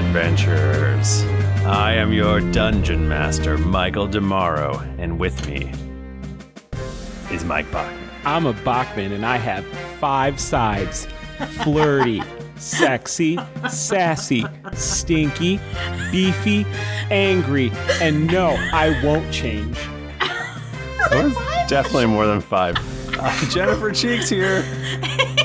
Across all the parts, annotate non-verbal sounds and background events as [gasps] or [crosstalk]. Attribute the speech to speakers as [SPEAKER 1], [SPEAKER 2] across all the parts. [SPEAKER 1] adventurers. I am your dungeon master, Michael Demaro, and with me is Mike Bach.
[SPEAKER 2] I'm a Bachman and I have five sides flirty, sexy, sassy, stinky, beefy, angry, and no, I won't change.
[SPEAKER 1] Definitely more than five. Uh, Jennifer Cheeks here,
[SPEAKER 3] [laughs]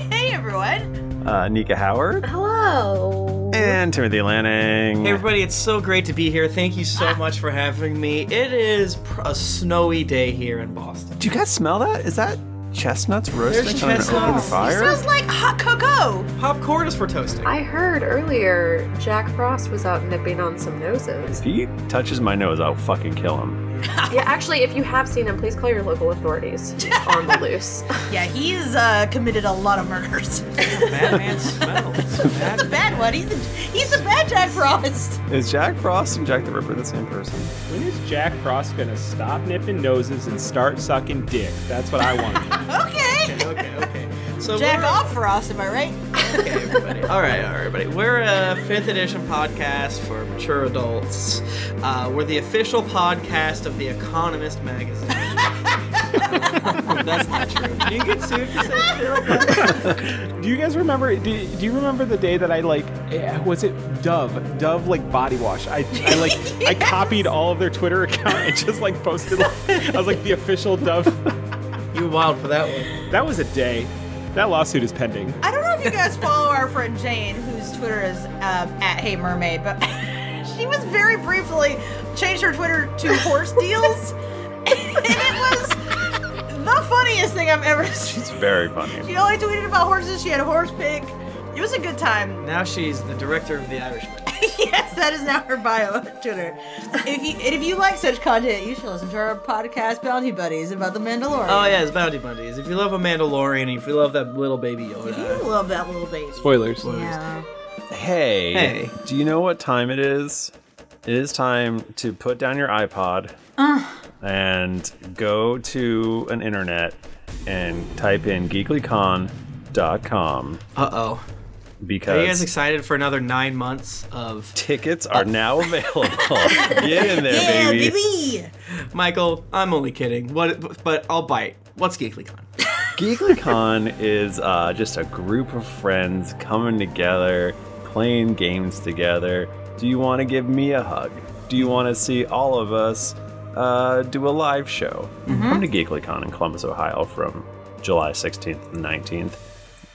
[SPEAKER 3] Hey everyone.
[SPEAKER 1] uh, Nika Howard,
[SPEAKER 3] Hello.
[SPEAKER 1] and Timothy Lanning.
[SPEAKER 4] Hey everybody, it's so great to be here. Thank you
[SPEAKER 1] Ah.
[SPEAKER 4] so much for having me. It is pr- a snowy day here in Boston.
[SPEAKER 1] Do you guys smell that? Is that chestnuts roasting
[SPEAKER 4] There's
[SPEAKER 1] on an open
[SPEAKER 4] chestnuts.
[SPEAKER 1] fire?
[SPEAKER 3] Smells like hot cocoa.
[SPEAKER 4] Popcorn is for toasting.
[SPEAKER 5] I heard earlier Jack Frost was out nipping on some noses.
[SPEAKER 3] [laughs]
[SPEAKER 1] If he touches my nose, I'll fucking kill him.
[SPEAKER 5] Yeah, actually, if you have seen him, please call your local
[SPEAKER 3] [laughs]
[SPEAKER 5] authorities. He's on the loose.
[SPEAKER 3] Yeah, he's uh, committed a lot of murders.
[SPEAKER 4] Batman smells.
[SPEAKER 3] That's a bad one. He's a, he's a bad Jack Frost.
[SPEAKER 1] Is Jack Frost and Jack the Ripper the same person?
[SPEAKER 2] When is Jack Frost gonna stop nipping noses and start sucking dick? That's what I want. to
[SPEAKER 3] Okay.
[SPEAKER 4] okay, okay. So
[SPEAKER 3] Jack
[SPEAKER 4] we're-
[SPEAKER 3] off Frost, am I right?
[SPEAKER 4] Okay, everybody. All right, all right, everybody. We're a fifth edition podcast for mature adults. Uh, we're the official podcast of The Economist
[SPEAKER 3] [laughs]
[SPEAKER 4] magazine. That's not true. Do you get sued for saying that?
[SPEAKER 2] do. Do you guys remember? Do, do you remember the day that I like? eh, Was it Dove? Dove like body wash. I, I like. I copied all of their Twitter account and just like posted. Like, I was like the official Dove.
[SPEAKER 4] [laughs] You wild for that one.
[SPEAKER 2] That was a day. That lawsuit is pending.
[SPEAKER 3] I don't know if you guys follow our friend Jane, whose Twitter is um, at Hey Mermaid, but [laughs] she was very briefly changed her Twitter to horse deals, [laughs] and it was the funniest thing I've ever [laughs] seen.
[SPEAKER 1] It's very funny.
[SPEAKER 3] She only tweeted about horses. She had a horse pick. It was a good time.
[SPEAKER 4] Now she's the director of The Irishman.
[SPEAKER 3] [laughs] yes, that is now her bio on Twitter. If you and if you like such content, you should listen to our podcast, Bounty Buddies, about the Mandalorian.
[SPEAKER 4] Oh yeah, it's Bounty Bundies. If you love a Mandalorian, if you love that little baby
[SPEAKER 3] you
[SPEAKER 4] Yoda,
[SPEAKER 3] love that little baby.
[SPEAKER 2] Spoilers.
[SPEAKER 3] Yeah.
[SPEAKER 1] Hey.
[SPEAKER 4] Hey.
[SPEAKER 1] Do you know what time it is? It is time to put down your iPod
[SPEAKER 4] Uh.
[SPEAKER 1] and go to an internet and type in geeklycon.com
[SPEAKER 4] uh oh. Are you guys
[SPEAKER 1] because
[SPEAKER 4] excited for another nine months of
[SPEAKER 1] tickets are now
[SPEAKER 4] [laughs]
[SPEAKER 1] available. Get in there,
[SPEAKER 3] Yeah,
[SPEAKER 1] baby.
[SPEAKER 3] baby.
[SPEAKER 4] Michael? I'm only kidding. What? But I'll bite. What's GeeklyCon?
[SPEAKER 1] GeeklyCon is uh, just a group of friends coming together, playing games together. Do you want to give me a hug? Do you want to see all of us uh, do a live show?
[SPEAKER 2] Mm-hmm.
[SPEAKER 1] Come to GeeklyCon in Columbus, Ohio from July 16th and 19th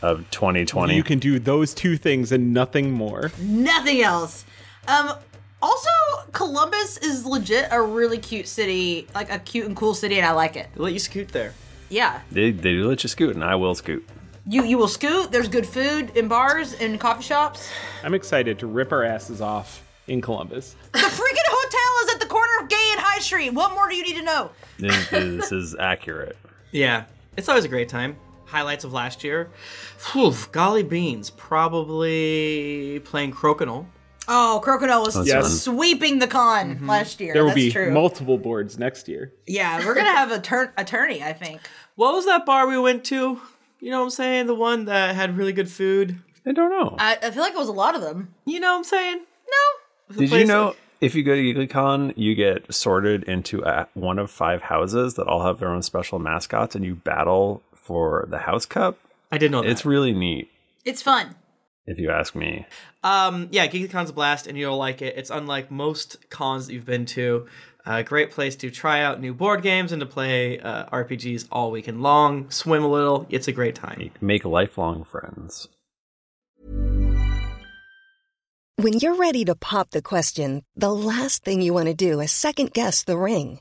[SPEAKER 1] of 2020.
[SPEAKER 2] You can do those two things and nothing more.
[SPEAKER 3] Nothing else. Um. Also, Columbus is legit a really cute city, like a cute and cool city, and I like it.
[SPEAKER 4] They let you scoot there.
[SPEAKER 3] Yeah.
[SPEAKER 1] they, they do let you scoot, and I will scoot.
[SPEAKER 3] You you will scoot. There's good food in bars and coffee shops.
[SPEAKER 2] I'm excited to rip our asses off in Columbus.
[SPEAKER 3] The freaking hotel is at the corner of Gay and High Street. What more do you need to know?
[SPEAKER 1] This, this is accurate.
[SPEAKER 4] Yeah, it's always a great time. Highlights of last year. Whew, golly beans. Probably playing Crokinole.
[SPEAKER 3] Oh, Crocodile was
[SPEAKER 2] Yes.
[SPEAKER 3] sweeping the con
[SPEAKER 4] Mm-hmm.
[SPEAKER 3] last year.
[SPEAKER 2] There will
[SPEAKER 3] That's
[SPEAKER 2] be
[SPEAKER 3] true.
[SPEAKER 2] multiple boards next year.
[SPEAKER 3] yeah, we're gonna have a turn attorney. I think.
[SPEAKER 4] What was that bar we went to? You know what I'm saying? The one that had really good food.
[SPEAKER 1] I don't know.
[SPEAKER 3] I, uh, I feel like it was a lot of them.
[SPEAKER 4] You know what I'm saying?
[SPEAKER 3] No.
[SPEAKER 1] Did you
[SPEAKER 4] place-
[SPEAKER 1] know if you go to GeeklyCon, you get sorted into a, one of five houses that all have their own special mascots, and you battle for the house cup?
[SPEAKER 4] I did know that.
[SPEAKER 1] It's really neat,
[SPEAKER 3] It's fun.
[SPEAKER 1] if you ask me.
[SPEAKER 4] Um, yeah, GeeklyCon's a blast, and you'll like it. It's unlike most cons that you've been to. A great place to try out new board games and to play uh, RPGs all weekend long. Swim a little. It's a great time.
[SPEAKER 1] Make lifelong friends.
[SPEAKER 6] When you're ready to pop the question, the last thing you want to do is second guess the ring.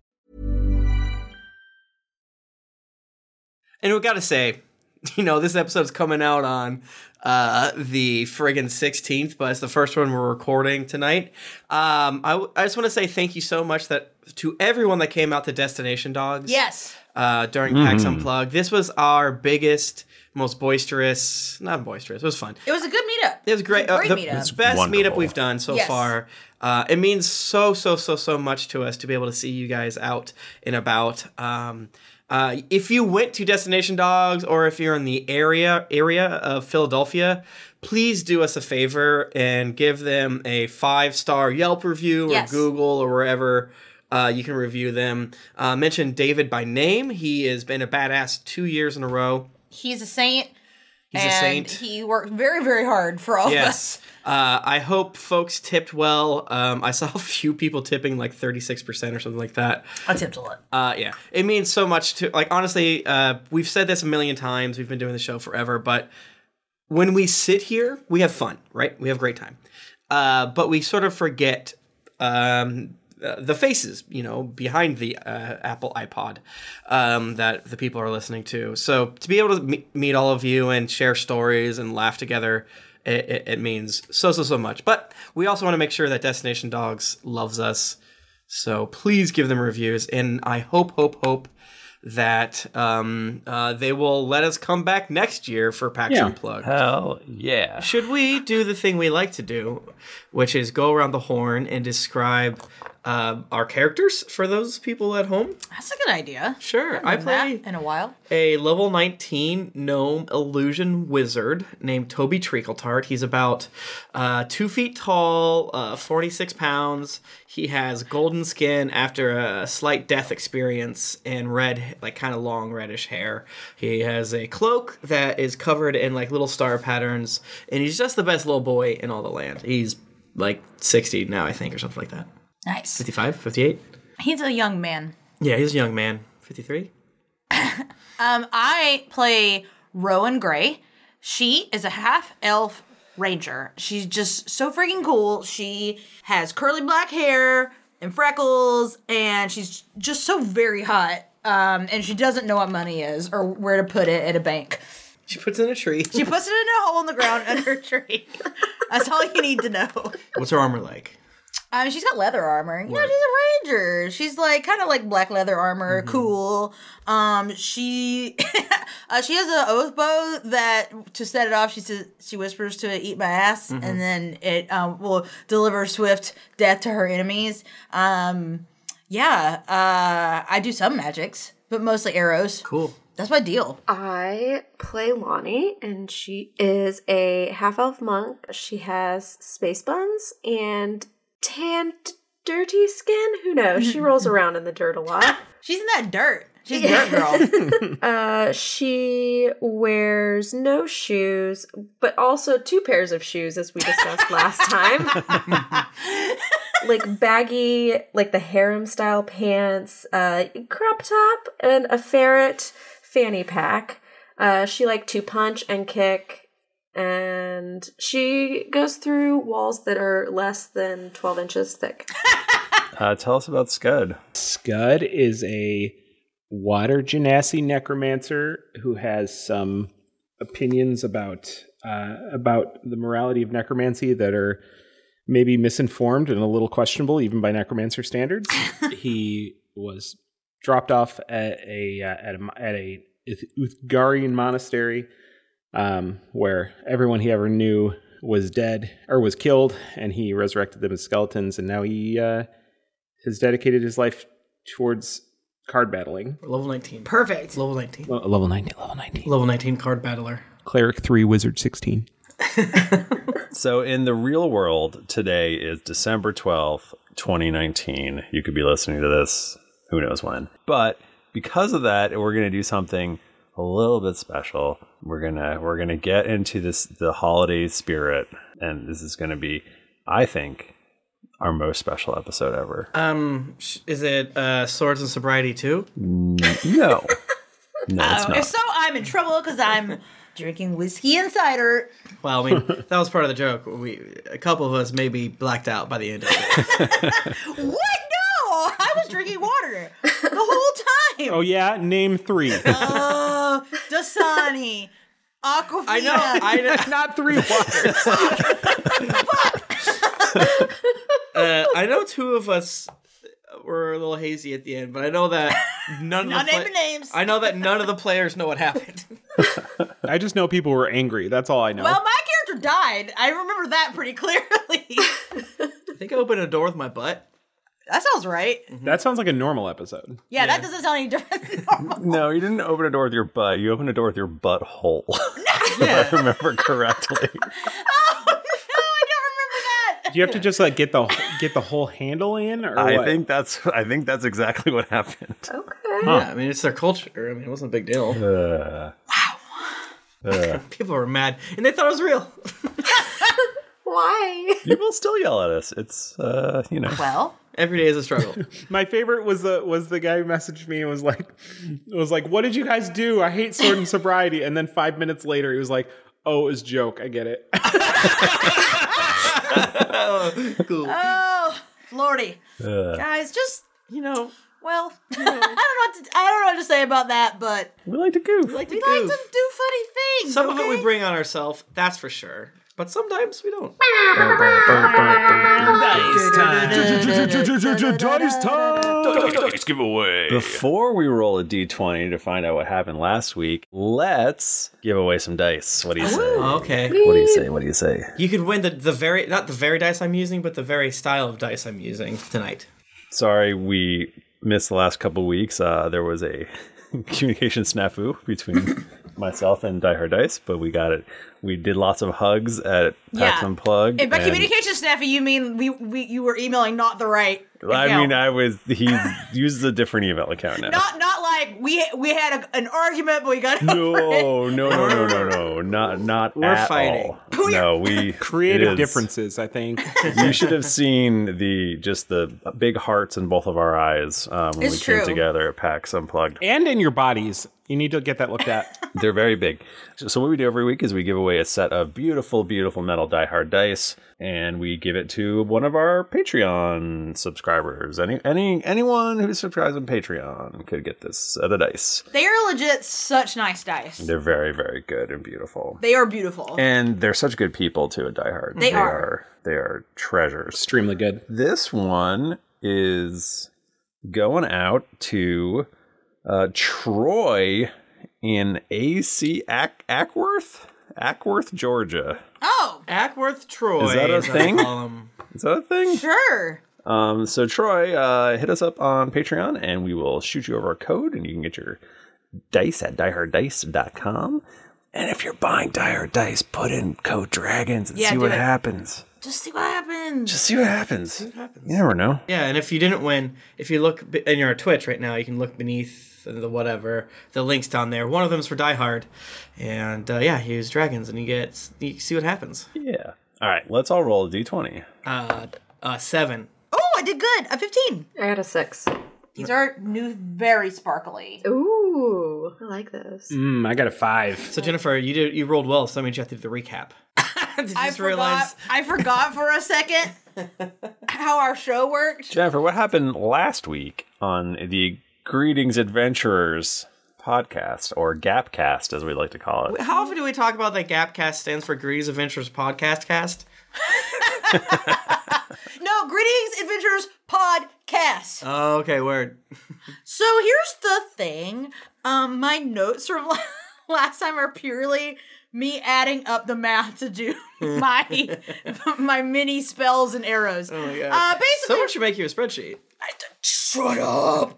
[SPEAKER 4] And we gotta say, [laughs] you know, this episode's coming out on uh, the friggin' 16th, but it's the first one we're recording tonight. Um, I, w- I just want to say thank you so much that to everyone that came out to Destination Dogs.
[SPEAKER 3] Yes.
[SPEAKER 4] Uh, during PAX
[SPEAKER 3] Mhm.
[SPEAKER 4] Unplugged. This was our biggest, most boisterous, not boisterous, it was fun.
[SPEAKER 3] It was a good meetup.
[SPEAKER 4] It was great.
[SPEAKER 3] It was a
[SPEAKER 4] uh,
[SPEAKER 3] great
[SPEAKER 4] the
[SPEAKER 3] meetup.
[SPEAKER 4] best
[SPEAKER 1] Wonderful.
[SPEAKER 4] meetup we've done so
[SPEAKER 3] Yes.
[SPEAKER 4] far. Uh, it means so so so so much to us to be able to see you guys out and about. Um, uh, if you went to Destination Dogs or if you're in the area area of Philadelphia, please do us a favor and give them a five star Yelp review or
[SPEAKER 7] Yes.
[SPEAKER 4] Google or wherever. Uh, you can review them. Uh, mention David by name. He has been a badass two years in a row.
[SPEAKER 3] He's a saint.
[SPEAKER 4] He's a
[SPEAKER 3] and
[SPEAKER 4] saint.
[SPEAKER 3] He worked very, very hard for all of us.
[SPEAKER 4] yes. Uh, I hope folks tipped well. Um, I [laughs] saw a few people tipping like 36% or something like that.
[SPEAKER 3] I tipped a lot.
[SPEAKER 4] Uh, yeah, it means so much to like. Honestly, uh, we've said this a million times. We've been doing the show forever, but when we sit here, we have fun, right? We have a great time, uh, but we sort of forget um, uh, the faces, you know, behind the uh, Apple iPod um, that the people are listening to. So to be able to me- meet all of you and share stories and laugh together. It, it, it means so so so much, but we also want to make sure that Destination Dogs loves us so please give them reviews, and I hope, hope, hope that um, uh, they will let us come back next year for PAX
[SPEAKER 1] Yeah.
[SPEAKER 4] Unplugged.
[SPEAKER 1] Hell yeah!
[SPEAKER 4] Should we do the thing we like to do, which is go around the horn and describe uh, our characters for those people at home?
[SPEAKER 3] That's a good idea.
[SPEAKER 4] Sure.
[SPEAKER 3] I
[SPEAKER 4] I
[SPEAKER 3] play
[SPEAKER 4] play-
[SPEAKER 3] in a while.
[SPEAKER 4] a level 19 gnome illusion wizard named Toby Treacletart. He's about uh, two feet tall, uh, 46 pounds. He has golden skin after a slight death experience and red, like kind of long reddish hair. He has a cloak that is covered in like little star patterns, and he's just the best little boy in all the land. He's like 60 now, I think, or something like that.
[SPEAKER 3] Nice.
[SPEAKER 4] 55, 58?
[SPEAKER 3] He's a young man.
[SPEAKER 4] Yeah, he's a young man. 53?
[SPEAKER 3] Um, I play Rowan Gray. She is a half elf ranger. She's just so freaking cool. She has curly black hair and freckles, and she's just so very hot. Um, and she doesn't know what money is or where to put it at a bank.
[SPEAKER 4] She puts it in a tree.
[SPEAKER 3] She puts it in a hole in the ground under a tree. [laughs] That's all you need to know.
[SPEAKER 4] What's her armor like?
[SPEAKER 3] Um, she's got leather armor. Yeah, she's a ranger. She's like kind of like black leather
[SPEAKER 1] Mm-hmm.
[SPEAKER 3] armor, cool. Um, she [laughs] uh, she has an oath bow that to set it off. She says she whispers to it, "Eat my ass,"
[SPEAKER 1] Mm-hmm.
[SPEAKER 8] Mhm.
[SPEAKER 3] and then it um, will deliver swift death to her enemies. Um, yeah, uh, I do some magics, but mostly arrows.
[SPEAKER 4] Cool.
[SPEAKER 3] That's my deal.
[SPEAKER 5] I play Lonnie, and she is a half elf monk. She has space buns and tan, d- dirty skin. Who knows?
[SPEAKER 3] [laughs]
[SPEAKER 5] She rolls around in the dirt a lot.
[SPEAKER 3] [gasps] She's in that dirt. She's a dirt girl.
[SPEAKER 5] [laughs] uh, she wears no shoes, but also two pairs of shoes, as we discussed last
[SPEAKER 3] [laughs]
[SPEAKER 5] time. like baggy, like the harem style pants, uh, crop top, and a ferret fanny pack. Uh, she liked to punch and kick, and she goes through walls that are less than twelve inches thick.
[SPEAKER 1] Uh, tell us about Scud.
[SPEAKER 2] Scud is a water genasi necromancer who has some opinions about uh, about the morality of necromancy that are maybe misinformed and a little questionable even by necromancer standards. he was dropped off at a uh, at a mo- at a Uth- Uthgarian monastery um, where everyone he ever knew was dead or was killed, and he resurrected them as skeletons, and now he uh, has dedicated his life towards card battling.
[SPEAKER 4] Level 19.
[SPEAKER 3] Perfect.
[SPEAKER 4] Level 19.
[SPEAKER 2] Lo- Level 19, level 19.
[SPEAKER 4] Level 19 card battler.
[SPEAKER 2] Cleric 3, Wizard 16.
[SPEAKER 1] So, in the real world, today is December 12th, 2019. You could be listening to this who knows when. But because of that, we're going to do something a little bit special. We're going to we're going to get into this the holiday spirit and this is going to be I think our most special episode ever.
[SPEAKER 4] Um, sh- is it uh, Swords and Sobriety too?
[SPEAKER 3] [laughs]
[SPEAKER 1] No. No, it's
[SPEAKER 3] Oh, if
[SPEAKER 1] not.
[SPEAKER 3] so, I'm in trouble because I'm [laughs] drinking whiskey and cider.
[SPEAKER 4] Well, I mean, that was part of the joke. We a couple of us may be blacked out by the end of it.
[SPEAKER 3] What? No, I was drinking water the whole time.
[SPEAKER 2] Oh, yeah, name
[SPEAKER 4] [laughs]
[SPEAKER 2] three.
[SPEAKER 3] Oh, Dasani, Aquafina.
[SPEAKER 4] I know. I know.
[SPEAKER 2] [laughs] Not three
[SPEAKER 3] [laughs]
[SPEAKER 2] waters.
[SPEAKER 4] [laughs] Uh, I know two of us were a little hazy at the end, but I know that
[SPEAKER 3] [laughs]
[SPEAKER 4] none of
[SPEAKER 3] Not
[SPEAKER 4] the pla-
[SPEAKER 3] naming names.
[SPEAKER 4] I know that none of the players know what happened.
[SPEAKER 2] I just know people were angry. That's all I know.
[SPEAKER 3] Well, my character died. I remember that pretty clearly.
[SPEAKER 4] I think I opened a door with my butt.
[SPEAKER 3] [laughs] that sounds right.
[SPEAKER 2] Mm-hmm. that sounds like a normal episode.
[SPEAKER 3] Yeah, that doesn't sound any different than normal.
[SPEAKER 1] No, you didn't open a door with your butt. You opened a door with your butthole. [laughs] if I remember correctly.
[SPEAKER 3] Oh, no, I don't remember that.
[SPEAKER 2] Do you have to just like get the get the whole handle in, or
[SPEAKER 1] I
[SPEAKER 2] what?
[SPEAKER 1] think that's I think that's exactly what happened.
[SPEAKER 4] Yeah, I mean, it's their culture. I mean, it wasn't a big deal.
[SPEAKER 1] Uh,
[SPEAKER 4] [laughs] People were mad, and they thought it was real.
[SPEAKER 5] Why?
[SPEAKER 1] you will still yell at us. It's uh, you know.
[SPEAKER 3] Well,
[SPEAKER 4] Every day is a struggle.
[SPEAKER 2] my favorite was the was the guy who messaged me and was like was like, "What did you guys do? I hate sword and sobriety." And then five minutes later, he was like, "Oh, it was a joke. I get it."
[SPEAKER 3] oh, lordy,
[SPEAKER 2] Uh.
[SPEAKER 3] guys, just
[SPEAKER 4] you know,
[SPEAKER 3] well, [laughs] I don't know what to, I don't know what to say about that, but
[SPEAKER 1] We like to goof.
[SPEAKER 4] like
[SPEAKER 3] we
[SPEAKER 4] to
[SPEAKER 3] like
[SPEAKER 4] goof.
[SPEAKER 3] to do funny things.
[SPEAKER 4] Some of it we
[SPEAKER 3] okay?
[SPEAKER 4] bring on ourselves, that's for sure. But sometimes we don't.
[SPEAKER 2] Dice time.
[SPEAKER 1] Before we roll a d20 to find out what happened last week, let's give away some dice. What do you say?
[SPEAKER 4] Okay.
[SPEAKER 1] What do you say? What do you say?
[SPEAKER 4] You could win the, the very, not the very dice I'm using, but the very style of dice I'm using tonight.
[SPEAKER 1] Sorry, we missed the last couple weeks. Uh, there was a [laughs] communication snafu
[SPEAKER 3] [laughs]
[SPEAKER 1] between myself and Die Hard Dice, but we got it. We did lots of hugs at
[SPEAKER 3] Yeah.
[SPEAKER 1] PAX Unplugged.
[SPEAKER 3] And by
[SPEAKER 1] and-
[SPEAKER 3] communication snappy, you mean we, we you were emailing not the right.
[SPEAKER 1] I
[SPEAKER 3] account.
[SPEAKER 1] mean, I was. He [laughs] uses a different email account now.
[SPEAKER 3] not not like we we had a, an argument, but we got over it. [laughs]
[SPEAKER 1] Oh, No, no, no, no, no, no, not not
[SPEAKER 4] We're
[SPEAKER 1] at
[SPEAKER 4] fighting.
[SPEAKER 1] all. No, we it
[SPEAKER 2] Creative
[SPEAKER 1] is-
[SPEAKER 2] differences, I think.
[SPEAKER 1] [laughs]
[SPEAKER 3] [laughs]
[SPEAKER 1] You should have seen the just the big hearts in both of our eyes um, when
[SPEAKER 3] It's
[SPEAKER 1] we
[SPEAKER 3] true.
[SPEAKER 1] came together at PAX Unplugged.
[SPEAKER 2] and in your bodies. You need to get that looked at.
[SPEAKER 1] [laughs] They're very big. So, so what we do every week is we give away a set of beautiful, beautiful metal die hard dice, and we give it to one of our Patreon subscribers. Any any anyone who subscribes on Patreon could get this set of dice.
[SPEAKER 3] They are legit such nice dice.
[SPEAKER 1] They're very, very good and beautiful.
[SPEAKER 3] They are beautiful.
[SPEAKER 1] and they're such good people too at Die Hard.
[SPEAKER 3] They are.
[SPEAKER 1] They are treasures.
[SPEAKER 2] Extremely good.
[SPEAKER 1] This one is going out to uh, Troy in AC Ack- Ackworth, Ackworth, Georgia.
[SPEAKER 3] oh,
[SPEAKER 4] Ackworth Troy.
[SPEAKER 1] Is that a
[SPEAKER 4] I
[SPEAKER 1] thing?
[SPEAKER 4] call him.
[SPEAKER 1] Is that a thing?
[SPEAKER 3] sure.
[SPEAKER 1] Um, so Troy, uh, hit us up on Patreon, and we will shoot you over a code, and you can get your dice at dieharddice.com. And if you're buying Die Hard Dice, put in code Dragons and
[SPEAKER 3] Yeah,
[SPEAKER 1] see
[SPEAKER 3] do
[SPEAKER 1] what
[SPEAKER 3] it.
[SPEAKER 1] happens.
[SPEAKER 3] Just see what happens.
[SPEAKER 1] Just see what happens. You never know.
[SPEAKER 4] Yeah, and if you didn't win, if you look be- and you're on Twitch right now, you can look beneath the whatever the links down there. One of them's for Die Hard, and uh, yeah, he was dragons, and you get you see what happens.
[SPEAKER 1] Yeah. All right, let's all roll a d20.
[SPEAKER 4] Uh, uh, seven.
[SPEAKER 3] Oh, I did good. A fifteen.
[SPEAKER 5] I got a six.
[SPEAKER 3] These are new, very sparkly.
[SPEAKER 5] Ooh, I like
[SPEAKER 3] [laughs]
[SPEAKER 5] those.
[SPEAKER 2] Mm, I got a five.
[SPEAKER 4] So Jennifer, you did you rolled well, so that means you have to do the recap. did you
[SPEAKER 3] [laughs] I forgot. I forgot for a second how our show worked.
[SPEAKER 1] Jennifer, what happened last week on the Greetings Adventurers podcast, or Gapcast, as we like to call
[SPEAKER 3] [laughs]
[SPEAKER 1] it?
[SPEAKER 4] How often do we talk about that Gapcast stands for Greetings Adventures Podcast Cast?
[SPEAKER 3] No, greetings, adventures podcast.
[SPEAKER 4] [laughs] Oh, okay, word.
[SPEAKER 3] So here's the thing. Um, my notes from [laughs] la- last time are purely me adding up the math
[SPEAKER 4] [laughs]
[SPEAKER 3] to do my my mini spells and arrows. Oh my
[SPEAKER 4] God.
[SPEAKER 3] Uh, basically,
[SPEAKER 4] Someone should make you a spreadsheet.
[SPEAKER 3] shut up.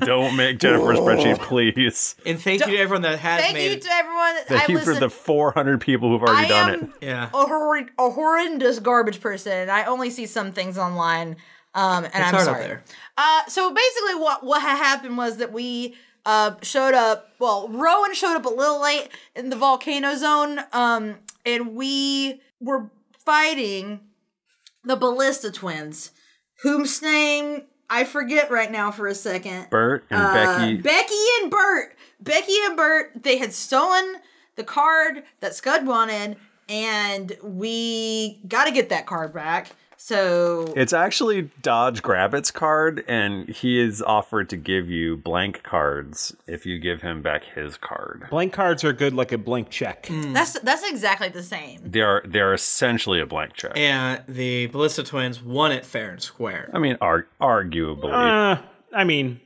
[SPEAKER 1] Don't make Jennifer's
[SPEAKER 3] [laughs]
[SPEAKER 1] spreadsheet, please.
[SPEAKER 4] And thank you to everyone that has
[SPEAKER 3] Thank
[SPEAKER 4] made
[SPEAKER 3] you to everyone. that-
[SPEAKER 1] Thank
[SPEAKER 3] I
[SPEAKER 1] you
[SPEAKER 3] listened.
[SPEAKER 1] for the 400 people who've already
[SPEAKER 3] I
[SPEAKER 1] done
[SPEAKER 3] am-
[SPEAKER 1] it.
[SPEAKER 4] it. Yeah.
[SPEAKER 3] a, horrid, a horrendous garbage person. I only see some things online, um, and
[SPEAKER 4] It's
[SPEAKER 3] I'm
[SPEAKER 4] hard
[SPEAKER 3] sorry.
[SPEAKER 4] out there.
[SPEAKER 3] Uh, so basically, what what had happened was that we uh, showed up. Well, Rowan showed up a little late in the volcano zone, um, and we were fighting the Ballista twins, whose name I forget right now for a second.
[SPEAKER 1] Bert
[SPEAKER 3] Uh,
[SPEAKER 1] and Becky.
[SPEAKER 3] Becky and Bert. Becky and Bert, they had stolen the card that Scud wanted, and we got to get that card back. So
[SPEAKER 1] It's actually Dodge Grabbit's card, and he is offered to give you blank cards if you give him back his card.
[SPEAKER 2] [laughs] Blank cards are good like a blank check.
[SPEAKER 1] Hmm.
[SPEAKER 3] that's that's exactly the same.
[SPEAKER 1] They are they are essentially a blank check.
[SPEAKER 4] And the Ballista Twins won it fair and square.
[SPEAKER 1] I mean, ar- arguably.
[SPEAKER 2] Uh, I mean,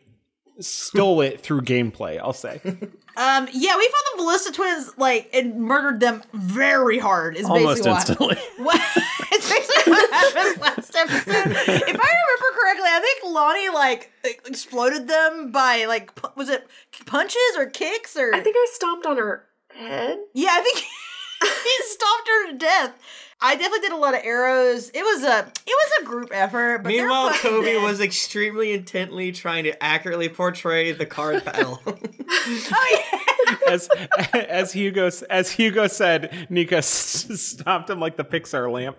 [SPEAKER 2] stole it through gameplay, I'll say.
[SPEAKER 3] Um, yeah, we found the Ballista twins like and murdered them very hard. Is
[SPEAKER 1] Almost
[SPEAKER 3] basically what-
[SPEAKER 1] instantly.
[SPEAKER 3] What, [laughs] it's basically what happened last episode. If I remember correctly, I think Lonnie like e- exploded them by like pu- was it punches or kicks or
[SPEAKER 5] I think I stomped on her head.
[SPEAKER 3] Yeah, I think [laughs] he stomped her to death. I definitely did a lot of arrows. It was a it was a group effort. But they're
[SPEAKER 4] Meanwhile,
[SPEAKER 3] fucking
[SPEAKER 4] Toby
[SPEAKER 3] dead.
[SPEAKER 4] was extremely intently trying to accurately portray the
[SPEAKER 3] [laughs]
[SPEAKER 4] card battle.
[SPEAKER 3] Oh yeah.
[SPEAKER 2] as as Hugo as Hugo said, Nika s- stomped him like the Pixar lamp.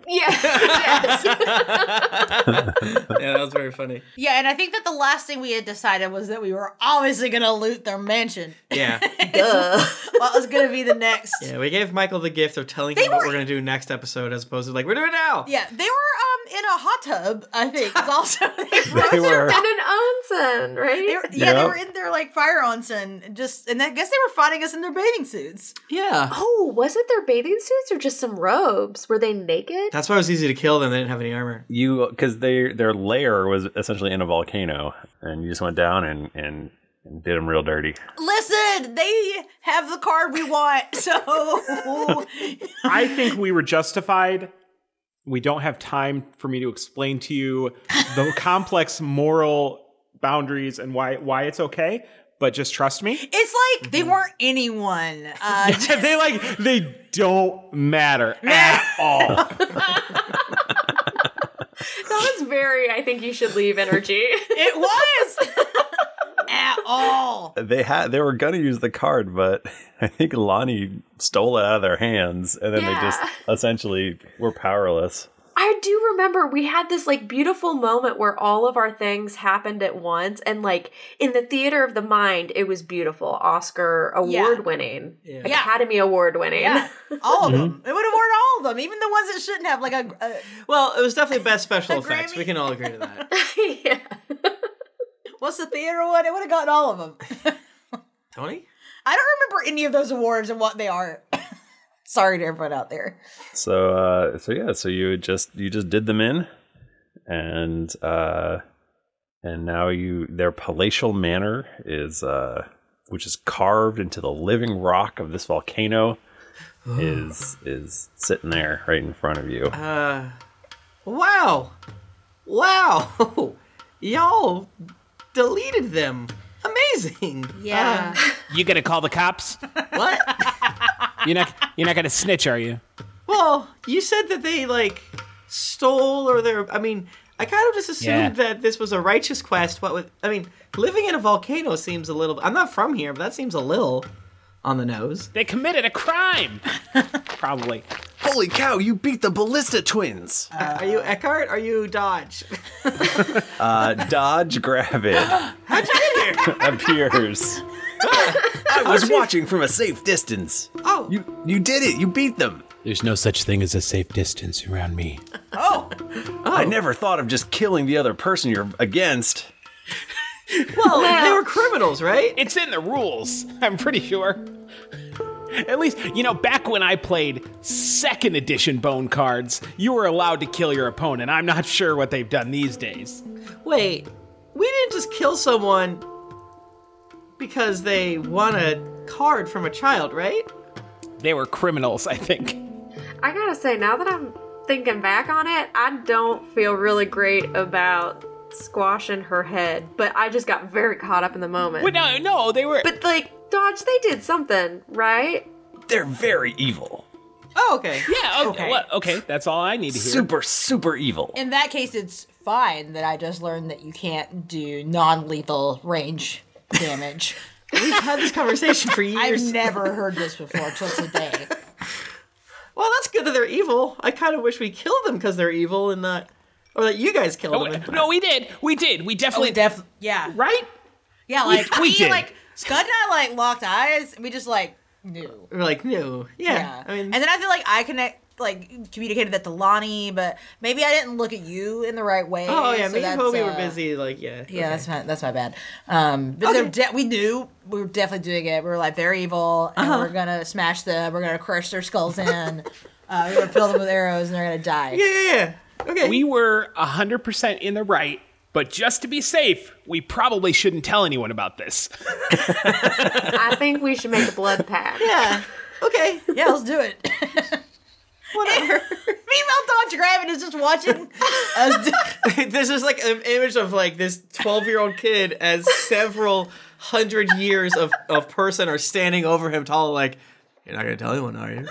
[SPEAKER 4] yeah, that was very funny.
[SPEAKER 3] yeah, and I think that the last thing we had decided was that we were obviously gonna loot their mansion. [laughs]
[SPEAKER 4] Yeah.
[SPEAKER 3] what was gonna be the next? Yeah.
[SPEAKER 4] Yeah, we gave Michael the gift of telling him what we're going to do next episode as opposed to like, we're doing it now.
[SPEAKER 3] they were um in a hot tub. I think is also [laughs] they were.
[SPEAKER 1] they were
[SPEAKER 5] And an onsen,
[SPEAKER 3] They
[SPEAKER 5] right?
[SPEAKER 3] were, yeah, they
[SPEAKER 1] Yeah.
[SPEAKER 3] were in their like fire onsen, and just and I guess they were fighting us in their bathing suits.
[SPEAKER 4] Yeah.
[SPEAKER 5] Oh, was it their bathing suits or just some robes? Were they naked?
[SPEAKER 4] That's why it was easy to kill them. They didn't have any armor.
[SPEAKER 1] you because they their lair was essentially in a volcano, and you just went down and and, and did them real dirty.
[SPEAKER 3] Listen, they have the card we want, [laughs] so
[SPEAKER 2] I think we were justified. We don't have time for me to explain to you
[SPEAKER 4] [laughs]
[SPEAKER 2] the complex moral boundaries and why why it's okay, but just trust me.
[SPEAKER 3] It's like they weren't anyone. Uh,
[SPEAKER 2] [laughs] they like they don't
[SPEAKER 4] [laughs]
[SPEAKER 2] matter at all.
[SPEAKER 5] That was very, I think you should leave [laughs] energy.
[SPEAKER 3] it was at all.
[SPEAKER 1] They had they were gonna use the card, but [laughs] I think Lonnie stole it out of their hands, and then they just essentially were powerless.
[SPEAKER 5] I do remember we had this like beautiful moment where all of our things happened at once and like in the theater of the mind it was beautiful. Oscar
[SPEAKER 3] Yeah.
[SPEAKER 5] award winning.
[SPEAKER 3] Yeah.
[SPEAKER 5] Academy award winning.
[SPEAKER 3] Yeah, all of them. It would have worn all of them, even the ones that shouldn't have. Like a, a
[SPEAKER 4] Well, it was definitely best special effects.
[SPEAKER 3] Grammy.
[SPEAKER 4] We can all agree to that.
[SPEAKER 5] yeah.
[SPEAKER 3] what's the theater one? It would have gotten all of them.
[SPEAKER 4] Tony?
[SPEAKER 3] I don't remember any of those awards and what they are. [laughs] Sorry to everyone out there.
[SPEAKER 1] So uh, so yeah, so you would just you just did them in, and uh, and now you their palatial manor is uh, which is carved into the living rock of this [gasps] volcano is is sitting there right in front of you.
[SPEAKER 4] Uh, wow.
[SPEAKER 3] [laughs]
[SPEAKER 4] Wow. Y'all deleted them. Amazing.
[SPEAKER 3] Yeah.
[SPEAKER 2] You gonna call the cops?
[SPEAKER 4] Uh, what?
[SPEAKER 2] [laughs] You're not you're not gonna snitch, are you?
[SPEAKER 4] Well, you said that they like stole or they're. I mean, I kind of just assumed
[SPEAKER 2] Yeah.
[SPEAKER 4] that this was a righteous quest. What with? I mean, living in a volcano seems a little. I'm not from here, but that seems a little on the nose.
[SPEAKER 2] They committed a
[SPEAKER 3] [laughs]
[SPEAKER 2] crime. Probably.
[SPEAKER 1] Holy cow! You beat the ballista twins.
[SPEAKER 4] Are you Eckhart? Are you Dodge?
[SPEAKER 1] Uh, Dodge [laughs]
[SPEAKER 3] [laughs]
[SPEAKER 1] Gravit appears. I was watching from a safe distance.
[SPEAKER 4] Oh.
[SPEAKER 1] you you did it! You beat them.
[SPEAKER 2] There's no such thing as a safe distance around me.
[SPEAKER 3] [laughs] Oh,
[SPEAKER 1] I never thought of just killing the other person you're against.
[SPEAKER 4] Well, they were criminals, right?
[SPEAKER 2] It's in the rules, I'm pretty sure. At least, you know, back when I played second edition bone cards, you were allowed to kill your opponent. I'm not sure what they've done these days.
[SPEAKER 4] Wait, we didn't just kill someone because they won a card from a child, right?
[SPEAKER 2] They were criminals, I think.
[SPEAKER 5] [laughs] I gotta say, now that I'm thinking back on it, I don't feel really great about squashing her head, but I just got very caught up in the moment.
[SPEAKER 2] [laughs] But no, no, they were.
[SPEAKER 5] But, like, Dodge, they did something, right?
[SPEAKER 1] They're very evil.
[SPEAKER 4] Oh, okay.
[SPEAKER 2] yeah, okay, okay. okay, that's all I need to hear.
[SPEAKER 1] Super, super evil.
[SPEAKER 3] in that case, it's fine that I just learned that you can't do non-lethal range damage.
[SPEAKER 4] [laughs] We've had this conversation for
[SPEAKER 3] I've
[SPEAKER 4] years.
[SPEAKER 3] never heard this before till today.
[SPEAKER 4] Well, that's good that they're evil. I kind of wish we killed them because they're evil and not. Or that you guys killed
[SPEAKER 2] Oh,
[SPEAKER 4] them. and-
[SPEAKER 2] no, we did. We did. We definitely.
[SPEAKER 3] We Oh, def- yeah,
[SPEAKER 2] right?
[SPEAKER 3] yeah, like
[SPEAKER 2] we
[SPEAKER 3] we,
[SPEAKER 2] did.
[SPEAKER 3] like Scott and I like locked eyes. and We just like knew.
[SPEAKER 4] We're like, no. Yeah.
[SPEAKER 3] Yeah.
[SPEAKER 4] I mean,
[SPEAKER 3] and then I feel like I connect like communicated that to Lonnie, but maybe I didn't look at you in the right way.
[SPEAKER 4] oh, yeah,
[SPEAKER 3] so
[SPEAKER 4] me and
[SPEAKER 3] that's,
[SPEAKER 4] Kobe were
[SPEAKER 3] uh,
[SPEAKER 4] busy. Like, yeah.
[SPEAKER 3] Yeah, that's my that's my bad. Um, but they're de- we knew we were definitely doing it. We were like, they're evil, and
[SPEAKER 4] Uh-huh.
[SPEAKER 3] we're gonna smash them. We're gonna crush their skulls in. uh, we're gonna fill them with arrows, and they're gonna die.
[SPEAKER 4] Yeah, yeah, yeah. Okay.
[SPEAKER 2] We were 100% in the right, but just to be safe, we probably shouldn't tell anyone about this.
[SPEAKER 5] I think we should make a blood pact.
[SPEAKER 4] yeah. Okay.
[SPEAKER 3] Yeah, let's do it.
[SPEAKER 4] [laughs] Whatever.
[SPEAKER 3] [laughs] Meanwhile, Dodge Gravin is just watching us. Do-
[SPEAKER 4] [laughs] this is like an image of like this 12 year old kid as several hundred years of, of person are standing over him tall like you're not gonna tell anyone
[SPEAKER 2] [laughs]
[SPEAKER 4] are you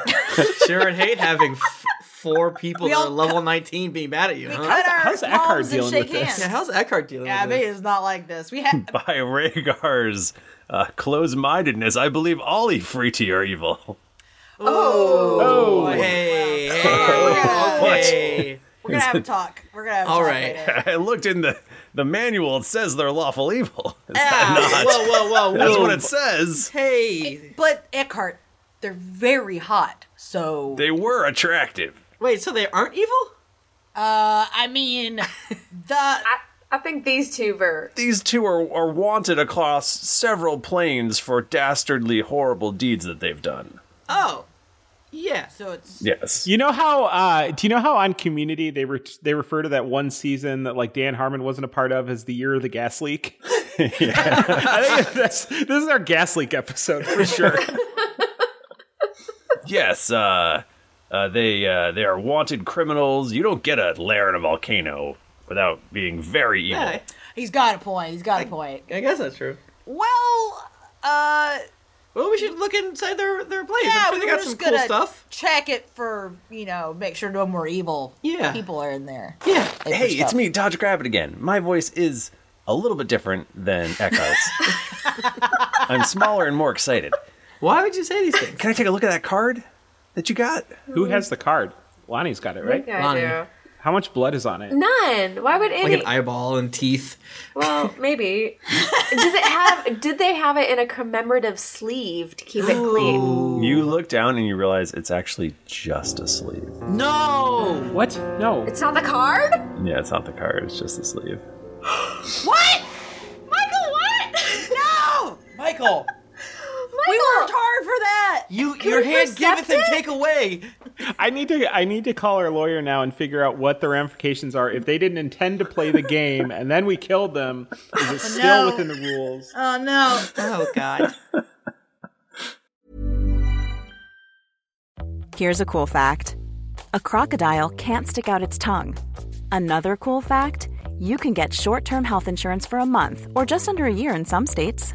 [SPEAKER 4] sure would hate having f- four people that are
[SPEAKER 3] all
[SPEAKER 4] level 19 be mad at you huh?
[SPEAKER 3] cut our
[SPEAKER 2] how's Eckhart
[SPEAKER 3] palms and
[SPEAKER 2] dealing
[SPEAKER 3] shake
[SPEAKER 2] with this?
[SPEAKER 3] hands.
[SPEAKER 4] yeah, how's Eckhart dealing
[SPEAKER 3] Yeah, I
[SPEAKER 4] with
[SPEAKER 3] mean,
[SPEAKER 4] this?
[SPEAKER 3] it's not like this. We had
[SPEAKER 1] [laughs] By Rhaegar's uh, closed-mindedness, I believe all Ifriti are evil.
[SPEAKER 4] [laughs] oh, hey, hey,
[SPEAKER 1] [laughs]
[SPEAKER 4] okay.
[SPEAKER 3] we're gonna have a talk. We're gonna have
[SPEAKER 2] [laughs]
[SPEAKER 3] a
[SPEAKER 4] all
[SPEAKER 3] talk
[SPEAKER 4] right
[SPEAKER 3] later.
[SPEAKER 1] [laughs] I looked in the, the manual. It says they're lawful evil. [laughs] Is
[SPEAKER 4] Ah,
[SPEAKER 1] that not?
[SPEAKER 4] whoa whoa whoa whoa
[SPEAKER 1] That's what it says.
[SPEAKER 4] hey
[SPEAKER 3] But Eckhart, they're very hot. So
[SPEAKER 1] They were attractive.
[SPEAKER 4] wait so they aren't evil
[SPEAKER 3] Uh, I mean,
[SPEAKER 4] [laughs]
[SPEAKER 3] the
[SPEAKER 5] I, I think these two were.
[SPEAKER 1] These two are, are wanted across several planes for dastardly, horrible deeds that they've done.
[SPEAKER 4] oh yeah
[SPEAKER 3] so it's
[SPEAKER 1] Yes.
[SPEAKER 2] You know how? Uh, do you know how on Community they re- they refer to that one season that like Dan Harmon wasn't a part of as the year of the gas leak? [laughs] I think that's this is our gas leak episode for sure.
[SPEAKER 1] Yes, uh, uh, they uh, they are wanted criminals. You don't get a lair in a volcano without being very evil.
[SPEAKER 4] yeah
[SPEAKER 3] he's got a point. He's got a point.
[SPEAKER 4] I guess that's true
[SPEAKER 3] Well, uh,
[SPEAKER 4] Well, we should look inside their their place.
[SPEAKER 3] yeah,
[SPEAKER 4] I'm sure
[SPEAKER 3] we
[SPEAKER 4] they
[SPEAKER 3] were
[SPEAKER 4] got
[SPEAKER 3] just
[SPEAKER 4] some cool
[SPEAKER 3] gonna
[SPEAKER 4] stuff.
[SPEAKER 3] check it for you know, make sure no more evil
[SPEAKER 4] Yeah.
[SPEAKER 3] people are in there.
[SPEAKER 4] Yeah.
[SPEAKER 1] Hey, it's me, Dodge Gravit again. My voice is a little bit different than
[SPEAKER 4] [laughs]
[SPEAKER 1] Echo's. I'm smaller and more excited.
[SPEAKER 4] Why would you say these things?
[SPEAKER 1] Can I take a look at that card that you got?
[SPEAKER 2] Who has the card? Lonnie's got it,
[SPEAKER 5] I
[SPEAKER 2] right?
[SPEAKER 5] think I do.
[SPEAKER 2] How much blood is on it?
[SPEAKER 5] None. Why would
[SPEAKER 4] Like
[SPEAKER 5] any?
[SPEAKER 4] an eyeball and teeth.
[SPEAKER 5] well, maybe. Does it have? Did they have it in a commemorative sleeve to keep it clean?
[SPEAKER 1] You look down and you realize it's actually just a sleeve.
[SPEAKER 4] No.
[SPEAKER 2] What? No.
[SPEAKER 5] It's not the card.
[SPEAKER 1] Yeah, it's not the card. It's just a sleeve.
[SPEAKER 3] What? Michael, what? [laughs] No, Michael. We worked hard for that.
[SPEAKER 4] You your hand giveth and take away.
[SPEAKER 2] I need to I need to call our lawyer now and figure out what the ramifications are if they didn't intend to play the game and then we killed them. Is it still
[SPEAKER 3] No.
[SPEAKER 2] within the rules?
[SPEAKER 3] Oh no.
[SPEAKER 4] Oh God.
[SPEAKER 9] Here's a cool fact a crocodile can't stick out its tongue. Another cool fact you can get short term health insurance for a month or just under a year in some states.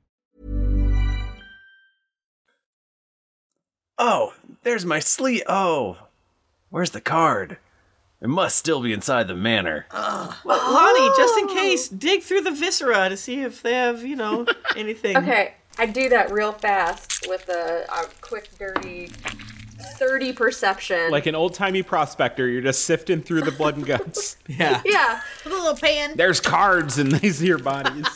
[SPEAKER 1] Oh, there's my sleeve. Oh, where's the card? It must still be inside the manor.
[SPEAKER 4] Well, Lonnie, just
[SPEAKER 3] Oh.
[SPEAKER 4] in case, dig through the viscera to see if they have, you
[SPEAKER 3] [laughs]
[SPEAKER 4] know, anything.
[SPEAKER 5] Okay, I do that real fast with a, a quick, dirty 30 perception.
[SPEAKER 2] Like an old timey prospector, you're just sifting through the blood and guts.
[SPEAKER 4] [laughs]
[SPEAKER 2] yeah.
[SPEAKER 5] yeah, with a little pan.
[SPEAKER 2] There's cards in these here bodies.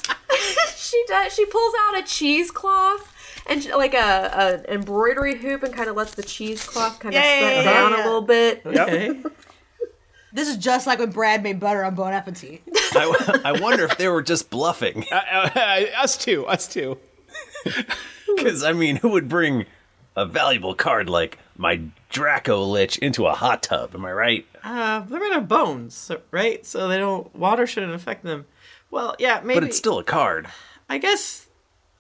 [SPEAKER 5] she does. She pulls out a cheesecloth and she- like a, a embroidery hoop and kind of lets the cheesecloth kind of
[SPEAKER 3] Yay!
[SPEAKER 5] set down a
[SPEAKER 3] Yeah.
[SPEAKER 5] little bit.
[SPEAKER 1] Okay.
[SPEAKER 3] This is just like when Brad made butter on Bon Appetit.
[SPEAKER 1] I, I wonder if they were just [laughs] bluffing.
[SPEAKER 2] us too,
[SPEAKER 1] [laughs]
[SPEAKER 2] us too.
[SPEAKER 1] Because, I mean, who would bring a valuable card like my Draco Lich into a hot tub? Am I right?
[SPEAKER 4] Uh, they're made of bones, so- right? So they don't water shouldn't affect them. Well, yeah, maybe.
[SPEAKER 1] But it's still a card.
[SPEAKER 4] I guess.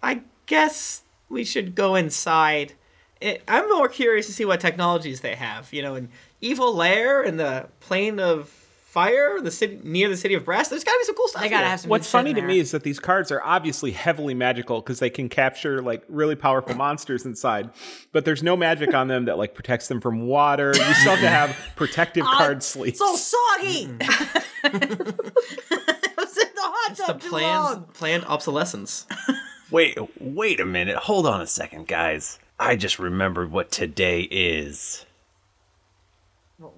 [SPEAKER 4] I guess we should go inside. It, I'm more curious to see what technologies they have. You know, in Evil Lair and the Plane of Fire, the city near the city of brass. There's got to be some cool stuff. here.
[SPEAKER 2] What's funny to me is that these cards are obviously heavily magical because they can capture like really powerful monsters inside, but there's no magic on them that like protects them from water. You still have to
[SPEAKER 4] [laughs]
[SPEAKER 2] have protective
[SPEAKER 3] Ah,
[SPEAKER 2] card sleeves.
[SPEAKER 3] So soggy. it was in the hot
[SPEAKER 4] the
[SPEAKER 3] tub too long.
[SPEAKER 4] plans, planned obsolescence.
[SPEAKER 1] [laughs] Wait, wait a minute. Hold on a second, guys. I just remembered what today is.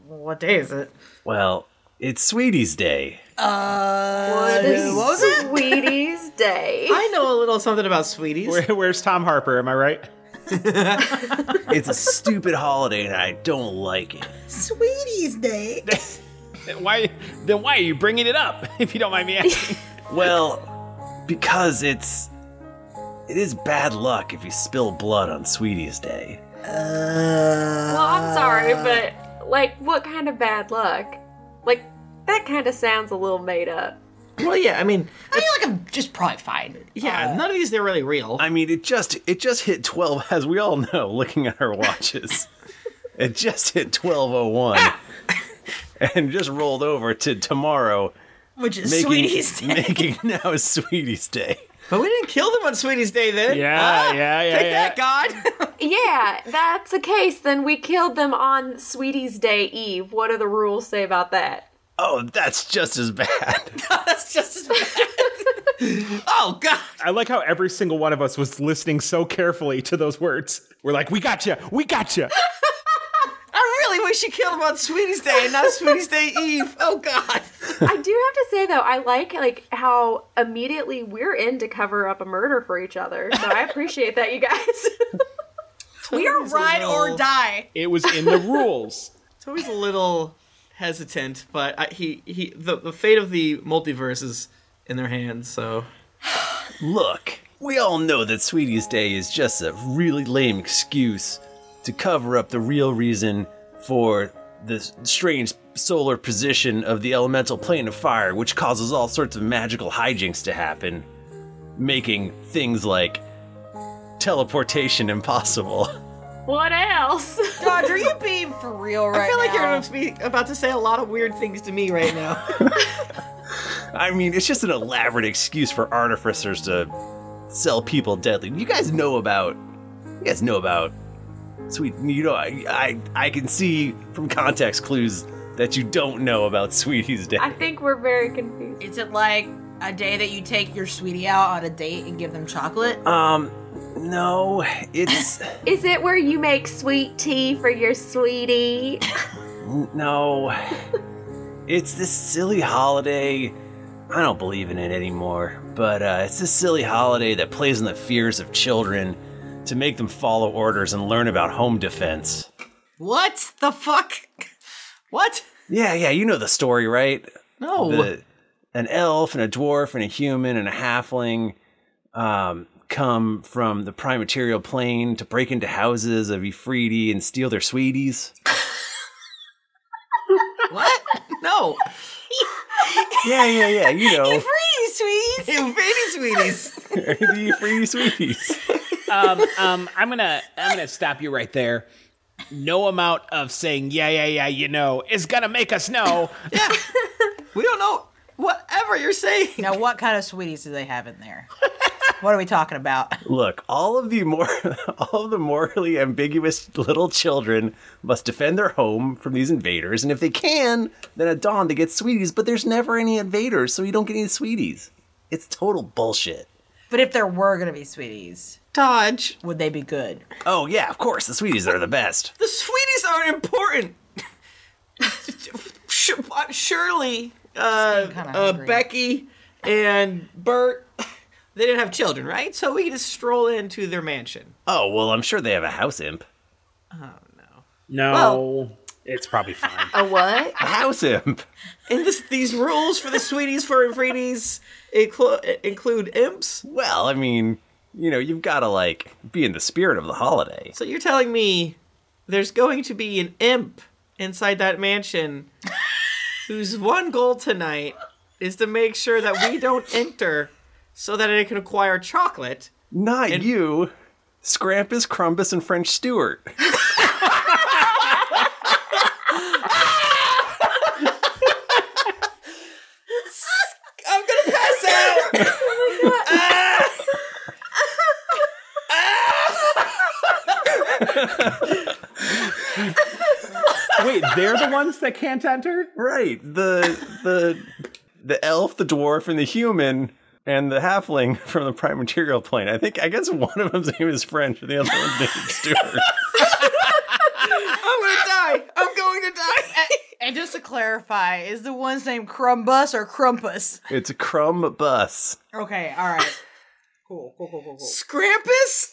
[SPEAKER 4] What day is it?
[SPEAKER 1] Well, it's Sweetie's Day.
[SPEAKER 3] Uh, what was it?
[SPEAKER 5] Sweeties Day.
[SPEAKER 4] I know a little something about sweeties.
[SPEAKER 2] Where, where's Tom Harper? Am I
[SPEAKER 4] [laughs]
[SPEAKER 2] right?
[SPEAKER 1] it's a stupid holiday and I don't like it.
[SPEAKER 3] Sweeties Day.
[SPEAKER 2] [laughs] Then why? Then why are you bringing it up? [laughs] If you don't mind
[SPEAKER 3] [laughs]
[SPEAKER 2] me asking.
[SPEAKER 1] Well, because it's. It is bad luck if you spill blood on Sweetie's Day.
[SPEAKER 5] Well, I'm sorry, but like, what kind of bad luck? Like, that kind of sounds a little made up.
[SPEAKER 4] Well, yeah, I mean,
[SPEAKER 3] I feel like I'm just probably fine.
[SPEAKER 4] Yeah, none of these are really real.
[SPEAKER 1] Uh, I mean, it just it just hit twelve, [laughs] as we all know, looking at our
[SPEAKER 4] [laughs]
[SPEAKER 1] watches. it just hit twelve oh one, and just rolled over to tomorrow,
[SPEAKER 3] Which is
[SPEAKER 1] making,
[SPEAKER 3] Sweeties
[SPEAKER 1] [laughs]
[SPEAKER 3] Day.
[SPEAKER 1] making now is Sweetie's Day.
[SPEAKER 4] But we didn't kill them on Sweetie's Day then.
[SPEAKER 1] Yeah,
[SPEAKER 4] Ah,
[SPEAKER 1] yeah, yeah,
[SPEAKER 4] Take
[SPEAKER 1] yeah.
[SPEAKER 4] that, God.
[SPEAKER 5] [laughs] yeah, that's the case. Then we killed them on Sweeties Day Eve. What do the rules say about that?
[SPEAKER 1] Oh, that's just as bad.
[SPEAKER 4] That's just as bad. oh God!
[SPEAKER 2] I like how every single one of us was listening so carefully to those words. We're like, "We got gotcha, you, we got gotcha. you."
[SPEAKER 4] I really wish you killed them on Sweetie's Day and not Sweetie's Day Eve. Oh God!
[SPEAKER 5] I do have to say though, I like like how immediately we're in to cover up a murder for each other. So I appreciate that, you guys.
[SPEAKER 3] [laughs] we are ride or die.
[SPEAKER 2] It was in the
[SPEAKER 4] [laughs]
[SPEAKER 2] rules.
[SPEAKER 4] Toby's a little hesitant, but I, he he the, the fate of the multiverse is in their hands. So
[SPEAKER 1] Look, we all know that Sweetie's Day is just a really lame excuse to cover up the real reason for this strange solar position of the elemental plane of fire, which causes all sorts of magical hijinks to happen, making things like teleportation impossible. [laughs]
[SPEAKER 5] What
[SPEAKER 4] [laughs]
[SPEAKER 5] else?
[SPEAKER 3] Dodge, are you being for real right now?
[SPEAKER 4] I feel like you're gonna be about to say a lot of weird things to me right now. [laughs]
[SPEAKER 1] I mean, it's just an elaborate excuse for artificers to sell people deadly. You guys know about. You guys know about. Sweet, you know, I, I, I can see from context clues that you don't know about Sweetie's Day.
[SPEAKER 5] think we're very confused.
[SPEAKER 3] Is it like a day that you take your sweetie out on a date and give them chocolate?
[SPEAKER 1] Um, no, it's [laughs]
[SPEAKER 5] Is it where you make sweet tea for your sweetie?
[SPEAKER 1] no, it's this silly holiday. I don't believe in it anymore, but uh, it's this silly holiday that plays on the fears of children to make them follow orders and learn about home defense.
[SPEAKER 3] What the fuck? What?
[SPEAKER 1] Yeah, yeah, you know the story, right?
[SPEAKER 8] Oh.
[SPEAKER 4] No.
[SPEAKER 1] The- an elf and a dwarf and a human and a halfling um, come from the prime material plane to break into houses of Ifriti and steal their sweeties.
[SPEAKER 4] what? No.
[SPEAKER 1] Yeah, yeah, yeah,
[SPEAKER 8] [laughs]
[SPEAKER 1] you know. [laughs]
[SPEAKER 3] Free sweeties.
[SPEAKER 4] Infredi [laughs] sweeties.
[SPEAKER 1] the Ifriti sweeties.
[SPEAKER 2] um,
[SPEAKER 5] uh,
[SPEAKER 2] um, I'm gonna I'm gonna stop you right there. No amount of saying yeah yeah yeah you know is gonna make us know.
[SPEAKER 4] We don't know whatever you're saying.
[SPEAKER 3] Now, what kind of sweeties do they have in there? [laughs] what are we talking about?
[SPEAKER 1] Look, all of the more, [laughs] all of the morally ambiguous little children must defend their home from these invaders, and if they can, then at dawn they get sweeties. But there's never any invaders, so you don't get any sweeties. It's total bullshit.
[SPEAKER 3] But if there were gonna be sweeties,
[SPEAKER 4] Dodge.
[SPEAKER 3] would they be good?
[SPEAKER 1] Oh yeah, of course the sweeties are the best.
[SPEAKER 4] The sweeties aren't [laughs] important. Sh- Surely, uh,
[SPEAKER 3] kinda
[SPEAKER 4] uh,
[SPEAKER 3] hungry.
[SPEAKER 4] Becky and Bert, [laughs] they didn't have children, right? So we can just stroll into their mansion.
[SPEAKER 1] Oh well, I'm sure they have a house imp.
[SPEAKER 2] No, it's
[SPEAKER 1] [laughs]
[SPEAKER 2] probably fine.
[SPEAKER 5] A what?
[SPEAKER 1] A house imp.
[SPEAKER 4] And this, these rules for the sweeties for infreeties inclu- include imps.
[SPEAKER 1] Well, I mean, you know, you've got to like be in the spirit of the holiday.
[SPEAKER 4] So you're telling me there's going to be an imp inside that
[SPEAKER 3] [laughs]
[SPEAKER 4] mansion whose one goal tonight is to make sure that we
[SPEAKER 3] [laughs]
[SPEAKER 4] don't enter so that it can acquire chocolate.
[SPEAKER 1] Not you, Scrampus, Crumbus, and French Stewart.
[SPEAKER 4] I'm gonna pass out! [sighs]
[SPEAKER 2] Wait, they're the ones that can't enter.
[SPEAKER 1] Right. The the the elf, the dwarf, and the human. And the halfling [laughs] from the prime material plane. I think, I guess one of them's name is French, and the other one's name is Stewart.
[SPEAKER 4] [laughs] I'm gonna die! I'm going to die!
[SPEAKER 3] [laughs] And just to clarify, is the one's name Crumbus or Crumpus?
[SPEAKER 1] It's a crumb bus. [laughs]
[SPEAKER 3] Okay, all right. Cool, cool, cool, cool, cool.
[SPEAKER 4] Scrampus?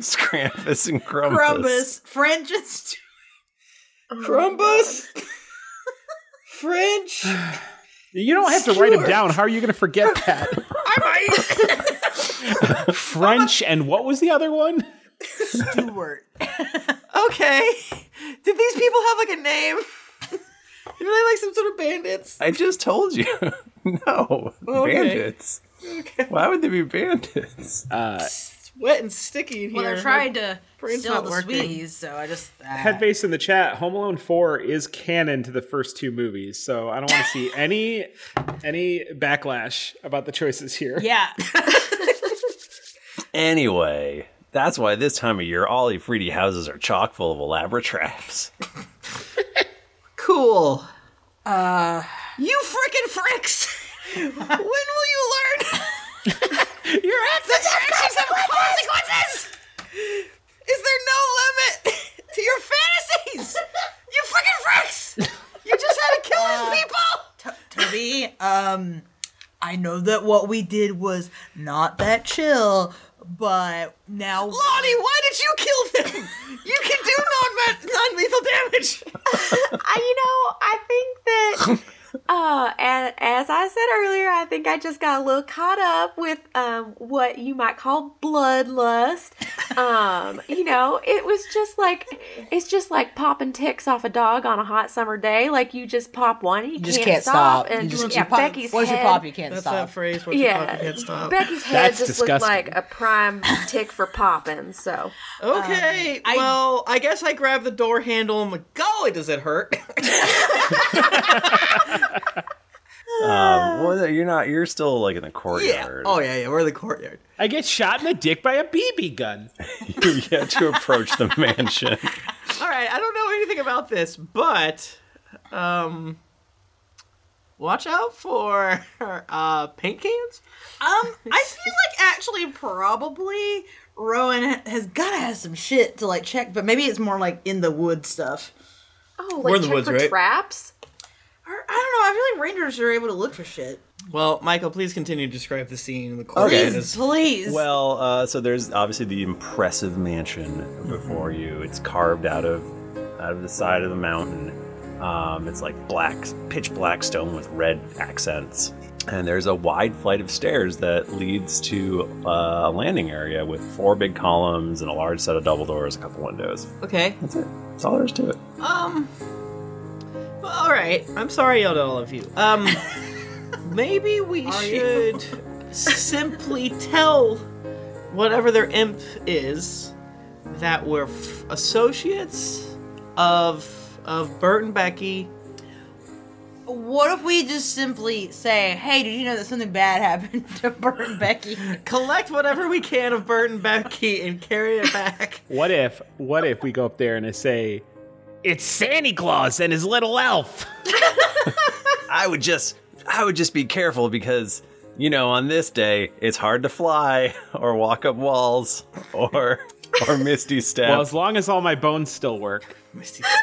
[SPEAKER 1] Scrampus and Crumbus.
[SPEAKER 3] Crumbus, French and
[SPEAKER 4] [laughs]
[SPEAKER 3] Stu-
[SPEAKER 4] Crumbus? French? I
[SPEAKER 2] You don't have to write them down. How are you gonna forget that?
[SPEAKER 4] might!
[SPEAKER 2] French and what was the other one?
[SPEAKER 3] Stewart.
[SPEAKER 4] Okay. Did these people have like a name? [laughs] Were they like some sort of bandits?
[SPEAKER 1] I just told you. [laughs] no.
[SPEAKER 4] Okay.
[SPEAKER 1] Bandits. Why would they be bandits?
[SPEAKER 4] Wet and sticky in here.
[SPEAKER 3] Well, they're trying to
[SPEAKER 4] brain's
[SPEAKER 3] steal
[SPEAKER 4] not
[SPEAKER 3] the
[SPEAKER 4] working.
[SPEAKER 3] sweeties, so I just. Uh,
[SPEAKER 2] Headbase in the chat. Home Alone Four is canon to the first two movies, so I don't want to see any any backlash about the choices here.
[SPEAKER 3] yeah.
[SPEAKER 1] Anyway, that's why this time of year all Ifriti houses are chock full of elaborate
[SPEAKER 4] [laughs]
[SPEAKER 1] traps.
[SPEAKER 4] Cool. Uh. You freaking fricks! when will you learn? Your actions, actions have consequences! Is there no limit [laughs] to your fantasies? You freaking fricks! You just had to kill
[SPEAKER 3] Uh,
[SPEAKER 4] these people!
[SPEAKER 3] Toby, um, I know that what we did was not that chill, but now.
[SPEAKER 4] Lonnie, why did you kill them? You can do non non lethal damage!
[SPEAKER 5] I, you know, I think that Uh, as, as I said earlier, I think I just got a little caught up with um, what you might call bloodlust.
[SPEAKER 8] [laughs]
[SPEAKER 5] Um, you know, it was just like it's just like popping ticks off a dog on a hot summer day. Like you just pop one, and you,
[SPEAKER 8] You just can't stop.
[SPEAKER 5] And
[SPEAKER 8] You just-
[SPEAKER 5] yeah,
[SPEAKER 8] you pop-
[SPEAKER 5] Becky's
[SPEAKER 8] once you
[SPEAKER 5] head,
[SPEAKER 8] pop, you can't
[SPEAKER 4] That's that phrase. Once you pop, you can't stop.
[SPEAKER 5] Becky's head
[SPEAKER 4] That's
[SPEAKER 5] just
[SPEAKER 4] disgusting.
[SPEAKER 5] looked like a prime tick for popping. So um,
[SPEAKER 4] Okay, well, Um, I guess I grab the door handle and I'm like, golly, does it hurt? [laughs]
[SPEAKER 1] Um, well, you're not. You're still like in the courtyard.
[SPEAKER 4] Oh yeah, yeah. We're in the courtyard.
[SPEAKER 2] I get shot in the dick by a BB gun.
[SPEAKER 1] [laughs] you get to approach
[SPEAKER 4] [laughs]
[SPEAKER 1] the mansion.
[SPEAKER 4] All right, I don't know anything about this, but um, watch out for [laughs] uh, paint cans.
[SPEAKER 3] Um, I feel like actually probably Rowan ha- has gotta have some shit to like check, but maybe it's more like in the wood stuff.
[SPEAKER 5] Oh,
[SPEAKER 4] like, We're in the check woods, for right?
[SPEAKER 5] traps.
[SPEAKER 3] Or, I don't know. I feel like rangers are able to look for shit.
[SPEAKER 4] Well, Michael, please continue to describe the scene in the
[SPEAKER 1] Okay.
[SPEAKER 4] courtyard.
[SPEAKER 1] Please,
[SPEAKER 3] please.
[SPEAKER 1] Well, uh, so there's obviously the impressive mansion before you. It's carved out of out of the side of the mountain. Um, it's like black, pitch black stone with red accents. And there's a wide flight of stairs that leads to uh, a landing area with four big columns and a large set of double doors, a couple windows.
[SPEAKER 4] Okay.
[SPEAKER 1] That's it. That's all there is to it.
[SPEAKER 4] Um. well, All right. I'm sorry I yelled at all of you. [laughs] Um. maybe we should simply tell whatever their imp is that we're f- associates of of Bert and Becky.
[SPEAKER 3] What if we just simply say, "Hey, did you know that something bad [laughs] happened to Bert and Becky?"
[SPEAKER 4] Collect whatever we can of Bert and Becky and carry it
[SPEAKER 3] [laughs]
[SPEAKER 4] back.
[SPEAKER 2] What if? What if we go up there and I say, "It's Santa Claus and his little elf."
[SPEAKER 1] I would just I would just be careful because you know on this day it's hard to fly [laughs] or walk up walls or [laughs] or misty steps.
[SPEAKER 2] Well, as long as all my bones still work.
[SPEAKER 4] [laughs]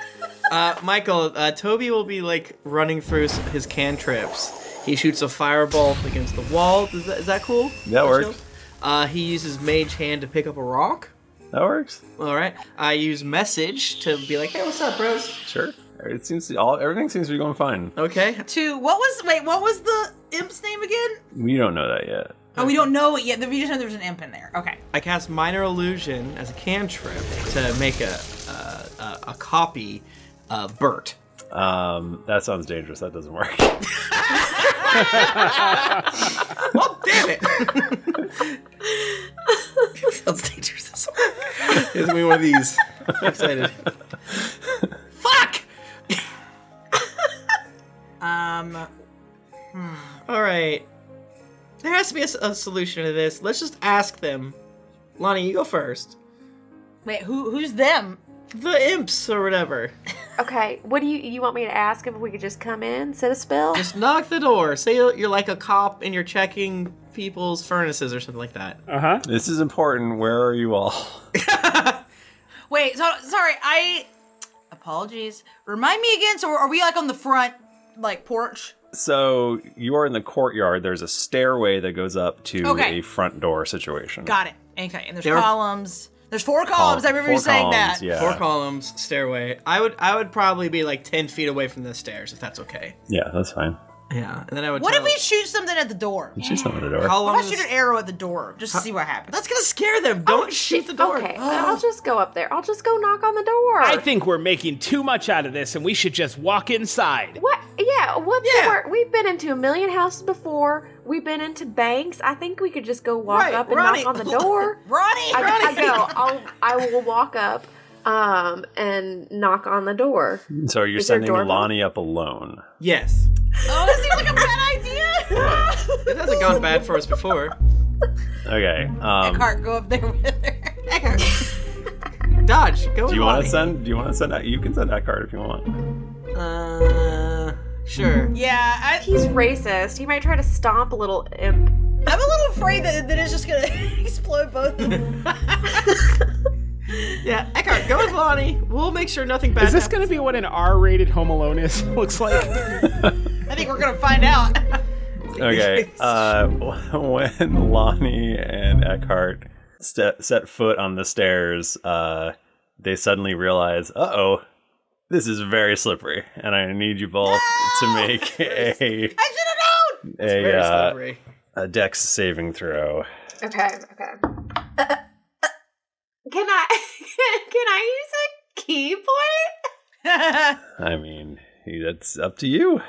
[SPEAKER 4] Uh, Michael, uh, Toby will be like running through s- his cantrips. He shoots a fireball against the wall. Is that, is that cool?
[SPEAKER 1] That works.
[SPEAKER 4] Chills? Uh, he uses mage hand to pick up a rock.
[SPEAKER 1] that works.
[SPEAKER 4] All right. I use message to be like, hey, what's up, bros?
[SPEAKER 1] Sure. It seems to, all everything seems to be going fine.
[SPEAKER 4] Okay.
[SPEAKER 3] to what was wait? What was the imp's name again?
[SPEAKER 1] You don't know that yet.
[SPEAKER 3] Oh, we don't know it yet. We just know there's an imp in there. Okay.
[SPEAKER 4] I cast minor illusion as a cantrip to make a a, a, a copy of Uh, Bert.
[SPEAKER 1] Um, that sounds dangerous. That doesn't work.
[SPEAKER 4] [laughs] well, damn it! Sounds dangerous. Give me one of these. I'm excited. Fuck.
[SPEAKER 3] Um. hmm.
[SPEAKER 4] All right. There has to be a, s- a solution to this. Let's just ask them. Lonnie, you go first.
[SPEAKER 3] Wait, who who's them?
[SPEAKER 4] The imps or whatever.
[SPEAKER 5] okay, what do you you want me to ask if we could just come in, set a
[SPEAKER 1] Oh.
[SPEAKER 5] spell?
[SPEAKER 4] Just knock the door. Say you're you're like a cop and you're checking people's furnaces or something like that.
[SPEAKER 2] Uh huh.
[SPEAKER 1] This is important. Where are you all?
[SPEAKER 3] Wait. So sorry. I apologies. Remind me again. So are we like on the front like porch?
[SPEAKER 1] So you are in the courtyard. There's a stairway that goes up to
[SPEAKER 3] Okay.
[SPEAKER 1] a front door situation.
[SPEAKER 3] Got it. Okay. And there's
[SPEAKER 1] There-
[SPEAKER 3] columns. There's four
[SPEAKER 1] Col-
[SPEAKER 3] columns. I remember you
[SPEAKER 1] four
[SPEAKER 3] saying
[SPEAKER 1] columns,
[SPEAKER 3] that.
[SPEAKER 1] yeah.
[SPEAKER 4] Four columns, stairway. I would I would probably be like ten feet away from the stairs if that's okay.
[SPEAKER 1] Yeah, that's fine.
[SPEAKER 4] Yeah, and then I would.
[SPEAKER 3] What
[SPEAKER 4] tell-
[SPEAKER 3] if we shoot something at the door?
[SPEAKER 1] She's not at the door.
[SPEAKER 4] How
[SPEAKER 3] What
[SPEAKER 4] long?
[SPEAKER 3] if I shoot an arrow at the door just to see what happens?
[SPEAKER 4] That's gonna scare them. Don't
[SPEAKER 5] shoot the door. Okay, I'll just go up there. I'll just go knock on the door.
[SPEAKER 2] I think we're making too much out of this, and we should just walk inside.
[SPEAKER 5] What? Yeah. What's the wor- We've been into a million houses before. We've been into banks. I think we could just go walk
[SPEAKER 3] Right,
[SPEAKER 5] up and
[SPEAKER 3] Ronnie.
[SPEAKER 5] knock on the door.
[SPEAKER 3] [laughs] Ronnie,
[SPEAKER 5] I, I
[SPEAKER 3] Ronnie.
[SPEAKER 5] go.
[SPEAKER 3] [laughs]
[SPEAKER 5] I'll. I will walk up, um, and knock on the door.
[SPEAKER 1] So you're
[SPEAKER 5] Is there a
[SPEAKER 1] sending
[SPEAKER 5] doorbell?
[SPEAKER 1] Lonnie up alone.
[SPEAKER 4] Yes.
[SPEAKER 3] Oh, that seems like a bad idea.
[SPEAKER 4] it [laughs] hasn't
[SPEAKER 3] [laughs]
[SPEAKER 4] gone bad for us before.
[SPEAKER 1] Okay. Um,
[SPEAKER 3] Eckhart, go up there with her.
[SPEAKER 4] [laughs]
[SPEAKER 3] Eckhart.
[SPEAKER 4] Dodge, go.
[SPEAKER 1] do you want
[SPEAKER 4] Lonnie.
[SPEAKER 1] to send? Do you want to send that? You can send that card if you want.
[SPEAKER 4] Uh, sure.
[SPEAKER 3] Yeah, I,
[SPEAKER 5] he's racist. He might try to stomp a little imp.
[SPEAKER 3] I'm a little afraid that, that it's just gonna [laughs] explode both of them.
[SPEAKER 4] Yeah, Eckhart, go with Lonnie. We'll make sure nothing bad.
[SPEAKER 2] Is this going to be what an R-rated Home Alone is? [laughs] Looks like.
[SPEAKER 3] I think we're gonna find out. [laughs]
[SPEAKER 1] Okay. Uh, [laughs] when Lonnie and Eckhart ste set foot on the stairs, uh, they suddenly realize, uh oh, This is very slippery, and I need you both to
[SPEAKER 3] [laughs]
[SPEAKER 1] make a
[SPEAKER 3] I should have known.
[SPEAKER 1] a, uh, a dex saving throw.
[SPEAKER 5] Okay, okay. Uh, uh, can I [laughs] can I use a key
[SPEAKER 3] [laughs]
[SPEAKER 5] point?
[SPEAKER 1] I mean, that's up to you.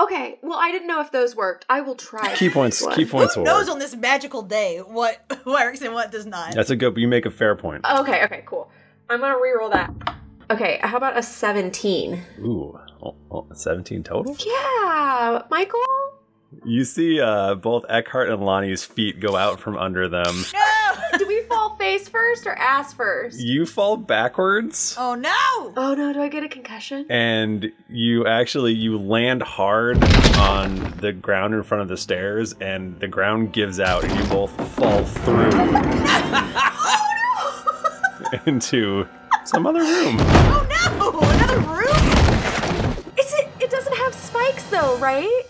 [SPEAKER 5] okay, well I didn't know if those worked. I will try.
[SPEAKER 1] Key points. Key points.
[SPEAKER 3] Who
[SPEAKER 1] will
[SPEAKER 3] knows
[SPEAKER 1] work.
[SPEAKER 3] on this magical day what [laughs] works and what does not? [laughs]
[SPEAKER 1] That's a go. You make a fair point.
[SPEAKER 5] Okay, okay, cool. I'm gonna reroll that. Okay, how about a 17?
[SPEAKER 1] Ooh, oh, oh, 17 total.
[SPEAKER 5] Yeah, [laughs] Michael.
[SPEAKER 1] You see, uh, both Eckhart and Lonnie's feet go out from under them.
[SPEAKER 5] Do we fall face first or ass first?
[SPEAKER 1] You fall backwards,
[SPEAKER 5] Oh no! Oh no! Do I get a concussion?
[SPEAKER 1] and you actually you land hard on the ground in front of the stairs, and the ground gives out, and you both fall through [laughs] into some other room.
[SPEAKER 5] Oh, another room! Is it? It doesn't have spikes though, right?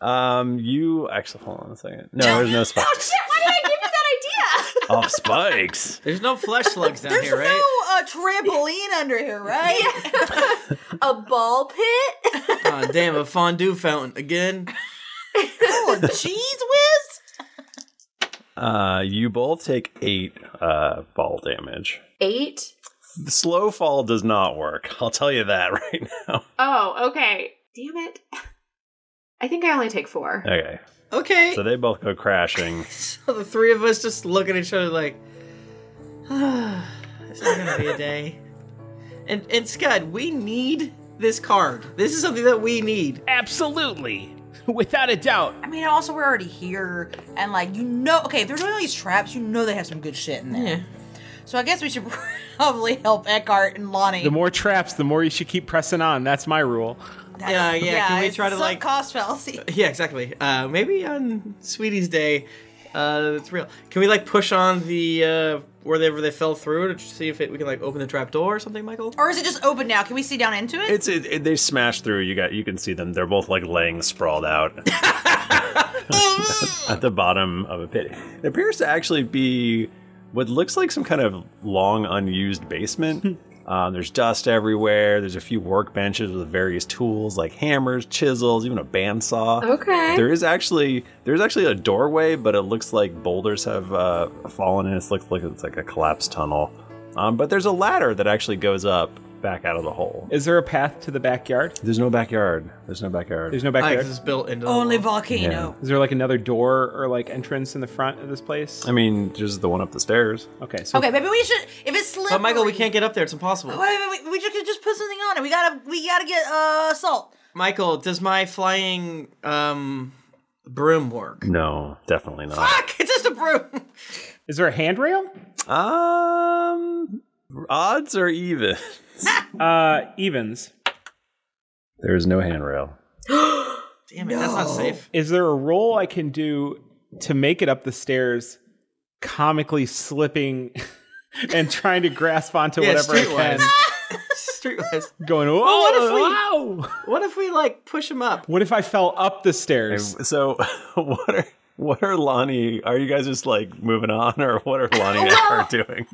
[SPEAKER 1] Um, you actually hold on a second. No, there's no
[SPEAKER 5] Oh
[SPEAKER 1] spikes.
[SPEAKER 5] shit! Why did I give you [laughs] that idea?
[SPEAKER 1] Oh, spikes.
[SPEAKER 4] There's no flesh slugs down here, right?
[SPEAKER 5] a trampoline under here,
[SPEAKER 1] [laughs]
[SPEAKER 3] [laughs]
[SPEAKER 5] right? a ball pit.
[SPEAKER 4] Aw, damn, a fondue fountain again. [laughs]
[SPEAKER 3] oh, cheese whiz.
[SPEAKER 1] Uh, you both take eight uh fall damage.
[SPEAKER 5] Eight.
[SPEAKER 1] The slow fall does not work. I'll tell you that [laughs] right now.
[SPEAKER 5] Oh, okay. Damn it! I think I only take four.
[SPEAKER 1] Okay.
[SPEAKER 4] Okay.
[SPEAKER 1] So they both go crashing.
[SPEAKER 4] So the three of us just look at each other like, ah, this is gonna be a day. And and Scud, we need this card. This is something that we need.
[SPEAKER 2] Absolutely. Without a doubt.
[SPEAKER 3] I mean, also we're already here, and like you know, okay, they're doing all these traps. You know they have some good shit in there.
[SPEAKER 2] Yeah.
[SPEAKER 3] So I guess we should [laughs] probably help Eckhart and Lonnie.
[SPEAKER 2] The more traps, the more you should keep pressing on. That's my rule.
[SPEAKER 4] yeah, yeah, Can we
[SPEAKER 3] it's
[SPEAKER 4] try to
[SPEAKER 3] sunk
[SPEAKER 4] like?
[SPEAKER 3] cost fallacy?
[SPEAKER 4] Yeah, exactly. Uh, maybe on Sweetie's Day, uh, it's real. Can we like push on the uh, wherever they fell through to see if it, we can like open the trap door or something, [laughs] Michael?
[SPEAKER 3] Or is it just open now? Can we see down into it?
[SPEAKER 1] It's it, it- they smash through. You got you can see them. They're both like laying sprawled out [laughs] at the bottom of a pit. It appears to actually be what looks like some kind of long unused basement. Um, there's dust everywhere. There's a few workbenches with various tools like hammers, chisels, even a bandsaw.
[SPEAKER 5] Okay.
[SPEAKER 1] There is actually there's actually a doorway, but it looks like boulders have uh, fallen, and it looks like it's like a collapsed tunnel. Um, but there's a ladder that actually goes up back out of the hole.
[SPEAKER 2] Is there a path to the backyard?
[SPEAKER 1] There's no backyard. There's no backyard.
[SPEAKER 2] There's no backyard.
[SPEAKER 4] it's built into
[SPEAKER 3] Only
[SPEAKER 1] volcano.
[SPEAKER 2] Is there like another door or like entrance in the front of this place?
[SPEAKER 1] I mean, just the one up the stairs.
[SPEAKER 2] Okay,
[SPEAKER 4] [laughs]
[SPEAKER 3] okay, maybe we should. If it's slippery, Oh,
[SPEAKER 4] But Michael, we can't get up there. It's impossible.
[SPEAKER 3] Wait, wait, wait, we just just put something on it. We gotta we gotta get uh salt.
[SPEAKER 4] Michael, does my flying um, broom work?
[SPEAKER 1] No, definitely not.
[SPEAKER 4] Fuck! [laughs] It's just a broom.
[SPEAKER 2] Is there a handrail?
[SPEAKER 1] Um, odds or even?
[SPEAKER 2] uh, evens.
[SPEAKER 1] There is no handrail.
[SPEAKER 4] Damn it, that's not safe.
[SPEAKER 2] Is there a roll I can do to make it up the stairs, comically slipping [laughs] and trying to grasp onto
[SPEAKER 4] [laughs] Yeah,
[SPEAKER 2] whatever I can?
[SPEAKER 4] streetwise.
[SPEAKER 2] [laughs]
[SPEAKER 4] Streetwise.
[SPEAKER 2] Going, oh,
[SPEAKER 4] Well,
[SPEAKER 2] wow.
[SPEAKER 4] what if we? What if we like push him up?
[SPEAKER 2] What if I fell up the stairs?
[SPEAKER 1] So, [laughs] what are what are Lonnie? Are you guys just like moving on, or what are Lonnie and her [laughs] doing?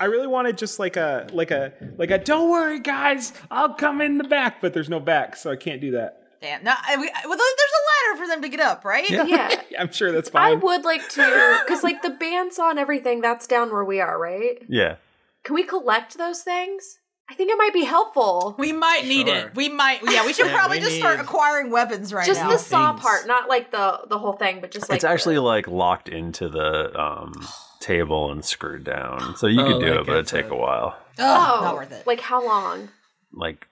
[SPEAKER 2] I really wanted just like a like a like a don't worry guys, I'll come in the back, but there's no back, so I can't do that.
[SPEAKER 3] Damn. Now I, we, well, there's a ladder for them to get up, right?
[SPEAKER 5] Yeah.
[SPEAKER 2] [laughs] I'm sure that's
[SPEAKER 5] I
[SPEAKER 2] fine.
[SPEAKER 5] would like to, because like the bandsaw and everything, that's down where we are, right?
[SPEAKER 1] yeah.
[SPEAKER 5] Can we collect those things? I think it might be helpful.
[SPEAKER 3] We might need
[SPEAKER 5] Sure.
[SPEAKER 3] it. We might. Yeah, we should
[SPEAKER 5] Yeah,
[SPEAKER 3] probably
[SPEAKER 5] we
[SPEAKER 3] just start
[SPEAKER 5] need-
[SPEAKER 3] acquiring weapons right
[SPEAKER 5] just
[SPEAKER 3] now.
[SPEAKER 5] the saw part, not like the the whole thing, but just like
[SPEAKER 1] it's actually like locked into the um table and screwed down, so you
[SPEAKER 4] Oh,
[SPEAKER 1] could do
[SPEAKER 4] like
[SPEAKER 1] it, but it'd take a while,
[SPEAKER 5] oh, not worth it. Like how long?
[SPEAKER 1] like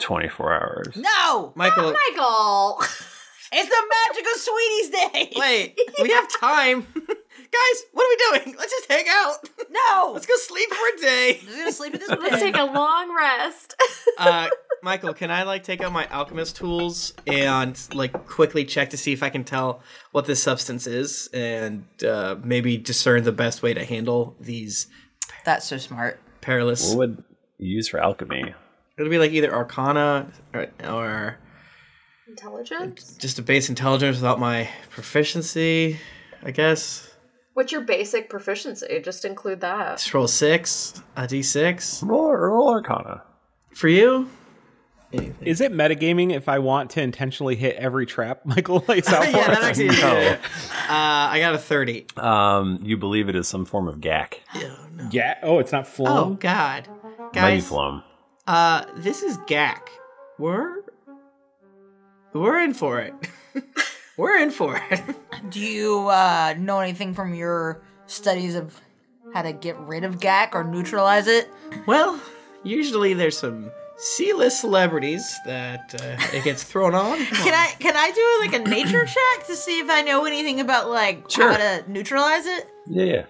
[SPEAKER 1] twenty four hours.
[SPEAKER 3] No, Oh,
[SPEAKER 1] Michael-
[SPEAKER 5] Michael.
[SPEAKER 3] [laughs] it's the magic of Sweetie's Day.
[SPEAKER 4] Wait, we have
[SPEAKER 3] [laughs]
[SPEAKER 4] time, guys. What are we doing? Let's just hang out.
[SPEAKER 3] No,
[SPEAKER 4] let's go sleep for a day.
[SPEAKER 3] Let's go sleep at this
[SPEAKER 5] Let's take a long rest.
[SPEAKER 4] Uh, [laughs] Michael, can I like take out my alchemist tools and like quickly check to see if I can tell what this substance is and uh, maybe discern the best way to handle these?
[SPEAKER 3] That's so smart.
[SPEAKER 4] Perilous.
[SPEAKER 1] What would you use for alchemy?
[SPEAKER 4] It'll be like either Arcana or, or
[SPEAKER 5] Intelligence.
[SPEAKER 4] just a base intelligence without my proficiency, I guess.
[SPEAKER 5] What's your basic proficiency? Just include that.
[SPEAKER 4] Just roll six, a d6.
[SPEAKER 1] Roll, roll Arcana.
[SPEAKER 4] For you?
[SPEAKER 2] Is it metagaming if I want to intentionally hit every trap [laughs] Michael lays out for
[SPEAKER 4] [laughs] yeah, that
[SPEAKER 2] us?
[SPEAKER 1] [laughs]
[SPEAKER 4] actually is. yeah, yeah, yeah. Uh, I got a 30.
[SPEAKER 1] Um, you believe it is some form of gack.
[SPEAKER 2] Yeah. Oh, it's not full.
[SPEAKER 4] Oh, God.
[SPEAKER 1] Mighty
[SPEAKER 4] Guys,
[SPEAKER 1] flum.
[SPEAKER 4] uh, this is Gak. We're. We're in for it. We're in for it. [laughs]
[SPEAKER 3] Do you uh, know anything from your studies of how to get rid of GAC or neutralize it?
[SPEAKER 4] Well, usually there's some C-list celebrities that uh,
[SPEAKER 1] [laughs]
[SPEAKER 4] it gets thrown on.
[SPEAKER 3] Can I can I do like a
[SPEAKER 4] [clears throat]
[SPEAKER 3] nature check to see if I know anything about like how to neutralize it?
[SPEAKER 1] Yeah, yeah.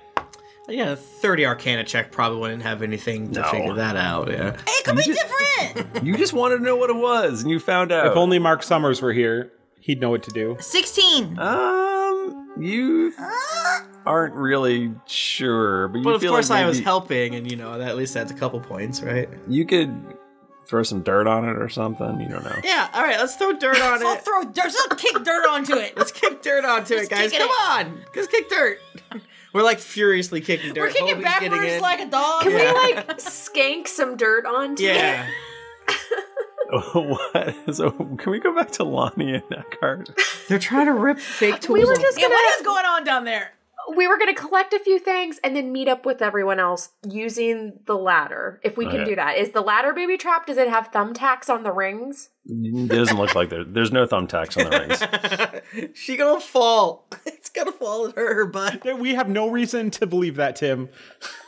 [SPEAKER 4] Yeah, a 30 Arcana check probably wouldn't have anything to
[SPEAKER 1] No.
[SPEAKER 4] figure that out. Yeah.
[SPEAKER 3] It could be
[SPEAKER 4] [laughs]
[SPEAKER 3] different.
[SPEAKER 1] You just wanted to know what it was, and you found out.
[SPEAKER 2] If only Mark Summers were here, he'd know what to do.
[SPEAKER 3] Sixteen.
[SPEAKER 1] Um, you aren't really sure, but you
[SPEAKER 4] But of
[SPEAKER 1] feel
[SPEAKER 4] course,
[SPEAKER 1] like
[SPEAKER 4] I was
[SPEAKER 1] maybe
[SPEAKER 4] helping, and you know, that, at least that's a couple points, right?
[SPEAKER 1] You could throw some dirt on it or something. You don't know.
[SPEAKER 4] Yeah, all right, let's throw dirt on
[SPEAKER 3] I'll
[SPEAKER 4] it.
[SPEAKER 3] throw dirt. I'll kick dirt onto it.
[SPEAKER 4] Let's kick dirt onto it, guys.
[SPEAKER 3] kicking
[SPEAKER 4] Come on. Let's kick dirt. We're like furiously kicking dirt.
[SPEAKER 3] We're kicking
[SPEAKER 4] Hobie's getting
[SPEAKER 3] backwards
[SPEAKER 4] in.
[SPEAKER 3] like a dog.
[SPEAKER 5] Can
[SPEAKER 4] Yeah.
[SPEAKER 5] we like skank some dirt onto it?
[SPEAKER 4] Yeah.
[SPEAKER 1] [laughs] what? So can we go back to Lonnie and Eckhart?
[SPEAKER 4] They're trying to rip fake tools.
[SPEAKER 5] We were
[SPEAKER 4] off.
[SPEAKER 5] just
[SPEAKER 3] Yeah,
[SPEAKER 5] gonna
[SPEAKER 3] what is going on down there?
[SPEAKER 5] we were gonna collect a few things and then meet up with everyone else using the ladder. If we can
[SPEAKER 1] Okay.
[SPEAKER 5] do that, is the ladder baby trap? Does it have thumbtacks on the rings?
[SPEAKER 1] It doesn't look like there. There's no thumbtacks on the
[SPEAKER 4] [laughs]
[SPEAKER 1] rings.
[SPEAKER 4] [laughs] she gonna fall. [laughs] It's gonna fall in her butt.
[SPEAKER 2] There- We have no reason to believe that, Tim.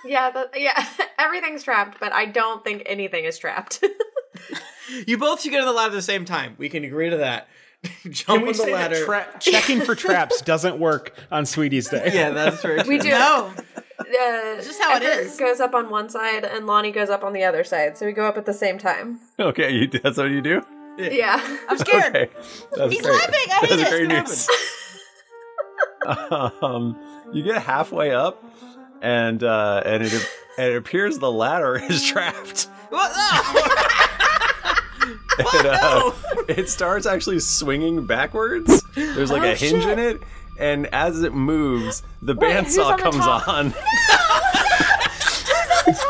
[SPEAKER 5] Yeah, that, yeah. [laughs] Everything's trapped, but I don't think anything is trapped.
[SPEAKER 4] You both should get on the ladder at the same time. We can agree to that. [laughs] Jump
[SPEAKER 2] Can we
[SPEAKER 4] on the
[SPEAKER 2] say that
[SPEAKER 4] ladder.
[SPEAKER 2] tra- checking
[SPEAKER 4] [laughs]
[SPEAKER 1] [laughs]
[SPEAKER 2] for traps doesn't work on Sweetie's Day?
[SPEAKER 4] yeah, that's true.
[SPEAKER 5] [laughs] [laughs] we do.
[SPEAKER 3] No.
[SPEAKER 5] Uh,
[SPEAKER 3] just how it
[SPEAKER 5] Everett
[SPEAKER 3] is.
[SPEAKER 5] Goes up on one side and Lonnie goes up on the other side, so we go up at the same time.
[SPEAKER 1] Okay, you, that's what you do.
[SPEAKER 5] Yeah.
[SPEAKER 3] I'm scared.
[SPEAKER 1] Okay, that's
[SPEAKER 3] He's
[SPEAKER 1] great.
[SPEAKER 3] laughing. I hate
[SPEAKER 1] That's
[SPEAKER 3] it.
[SPEAKER 1] great
[SPEAKER 3] It's gonna
[SPEAKER 1] news. um, you get halfway up, and uh, and it and it appears the ladder is [laughs]
[SPEAKER 3] [laughs]
[SPEAKER 1] trapped.
[SPEAKER 3] What? Ah! Oh,
[SPEAKER 1] It, uh, it starts actually swinging backwards. There's
[SPEAKER 3] Oh,
[SPEAKER 1] like a hinge in it, and as it moves, the bandsaw
[SPEAKER 5] on the
[SPEAKER 1] comes
[SPEAKER 5] top?
[SPEAKER 1] [laughs] on.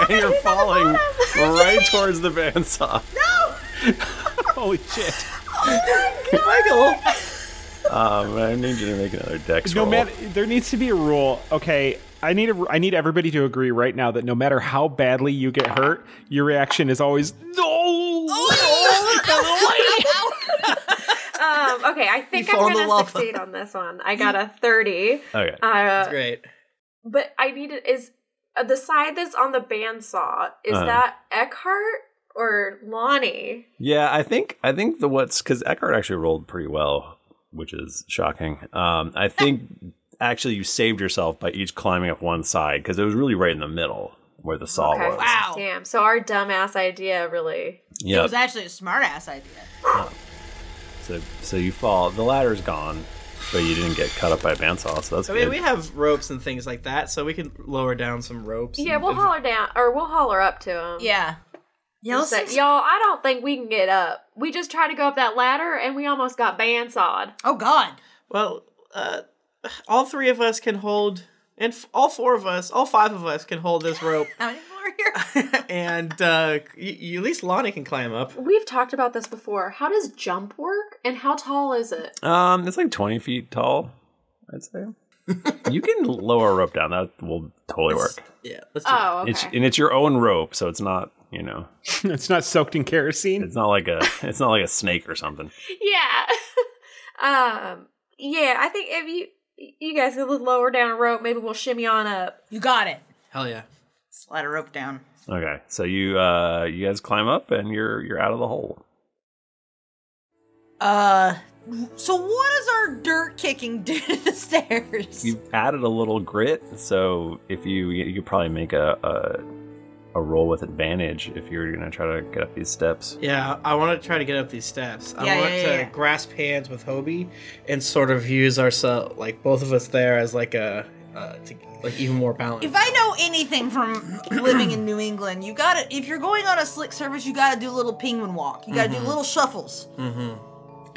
[SPEAKER 1] and you're falling right towards the bandsaw.
[SPEAKER 2] [laughs] Holy shit.
[SPEAKER 1] [laughs]
[SPEAKER 4] Oh
[SPEAKER 1] Michael! oh. Um, I need you to make another dex
[SPEAKER 2] No
[SPEAKER 1] roll.
[SPEAKER 2] matter, there needs to be a rule. Okay, I need a, I need everybody to agree right now that no matter how badly you get hurt, your reaction is always no.
[SPEAKER 3] Oh,
[SPEAKER 5] [laughs] Um, okay, I think
[SPEAKER 4] fall in
[SPEAKER 5] I'm
[SPEAKER 4] the
[SPEAKER 5] gonna
[SPEAKER 4] lava.
[SPEAKER 5] succeed on this one. I got a thirty.
[SPEAKER 1] Okay.
[SPEAKER 5] Uh,
[SPEAKER 4] Great.
[SPEAKER 5] but I needed is uh, the side that's on the bandsaw. Is
[SPEAKER 1] Uh-huh.
[SPEAKER 5] that Eckhart or Lonnie?
[SPEAKER 1] Yeah, I think I think the what's because Eckhart actually rolled pretty well, which is shocking. Um, I think actually you saved yourself by each climbing up one side because it was really right in the middle where the saw
[SPEAKER 5] Okay.
[SPEAKER 1] was.
[SPEAKER 3] Wow.
[SPEAKER 5] Damn. So our dumbass idea really.
[SPEAKER 3] It
[SPEAKER 1] Yeah,
[SPEAKER 3] was actually a smart ass idea.
[SPEAKER 1] so so you fall. The ladder's gone, but you didn't get cut up by a bandsaw, so that's
[SPEAKER 4] I
[SPEAKER 1] good.
[SPEAKER 4] mean, we have ropes and things like that, so we can lower down some ropes.
[SPEAKER 5] Yeah,
[SPEAKER 4] and-
[SPEAKER 5] we'll holler down or we'll holler up to him.
[SPEAKER 3] Yeah. Yeah.
[SPEAKER 5] Just
[SPEAKER 3] Let's
[SPEAKER 5] say, Y'all, I don't think we can get up. We just tried to go up that ladder and we almost got bandsawed.
[SPEAKER 3] oh God.
[SPEAKER 4] Well, uh, all three of us can hold, and f- all four of us, all five of us can hold this rope,
[SPEAKER 3] [laughs] How many more here?
[SPEAKER 4] [laughs] and uh, y- y- at least Lonnie can climb up.
[SPEAKER 5] We've talked about this before. How does jump work and how tall is it?
[SPEAKER 1] um, it's like twenty feet tall, I'd
[SPEAKER 4] [laughs]
[SPEAKER 1] say. you can lower a rope down. That will totally work.
[SPEAKER 4] Yeah, let's do
[SPEAKER 5] Oh, okay.
[SPEAKER 1] It's and it's your own rope, so it's not you know
[SPEAKER 2] [laughs] it's not soaked in kerosene.
[SPEAKER 1] it's not like a it's not like a snake or something.
[SPEAKER 5] yeah. [laughs] um, yeah, I think if you you guys could lower down a rope, maybe we'll shimmy on up.
[SPEAKER 3] You got it.
[SPEAKER 4] Hell yeah.
[SPEAKER 3] Slide a rope down.
[SPEAKER 1] Okay, so you uh you guys climb up and you're you're out of the hole.
[SPEAKER 3] Uh. So what does our dirt kicking [laughs] do to the stairs?
[SPEAKER 1] You've added a little grit, so if you you could probably make a a, a roll with advantage if you're gonna try to get up these steps.
[SPEAKER 4] Yeah, I want to try to get up these steps. I
[SPEAKER 3] Yeah,
[SPEAKER 4] want
[SPEAKER 3] yeah,
[SPEAKER 4] to
[SPEAKER 3] yeah, yeah.
[SPEAKER 4] grasp hands with Hobie and sort of use ourselves, like both of us there, as like a, uh, to, like even more balance.
[SPEAKER 3] If I know anything
[SPEAKER 4] [clears throat]
[SPEAKER 3] from living in New England, you gotta, if you're going on a slick surface, you gotta do a little penguin walk. You
[SPEAKER 4] Mm-hmm.
[SPEAKER 3] gotta do little shuffles.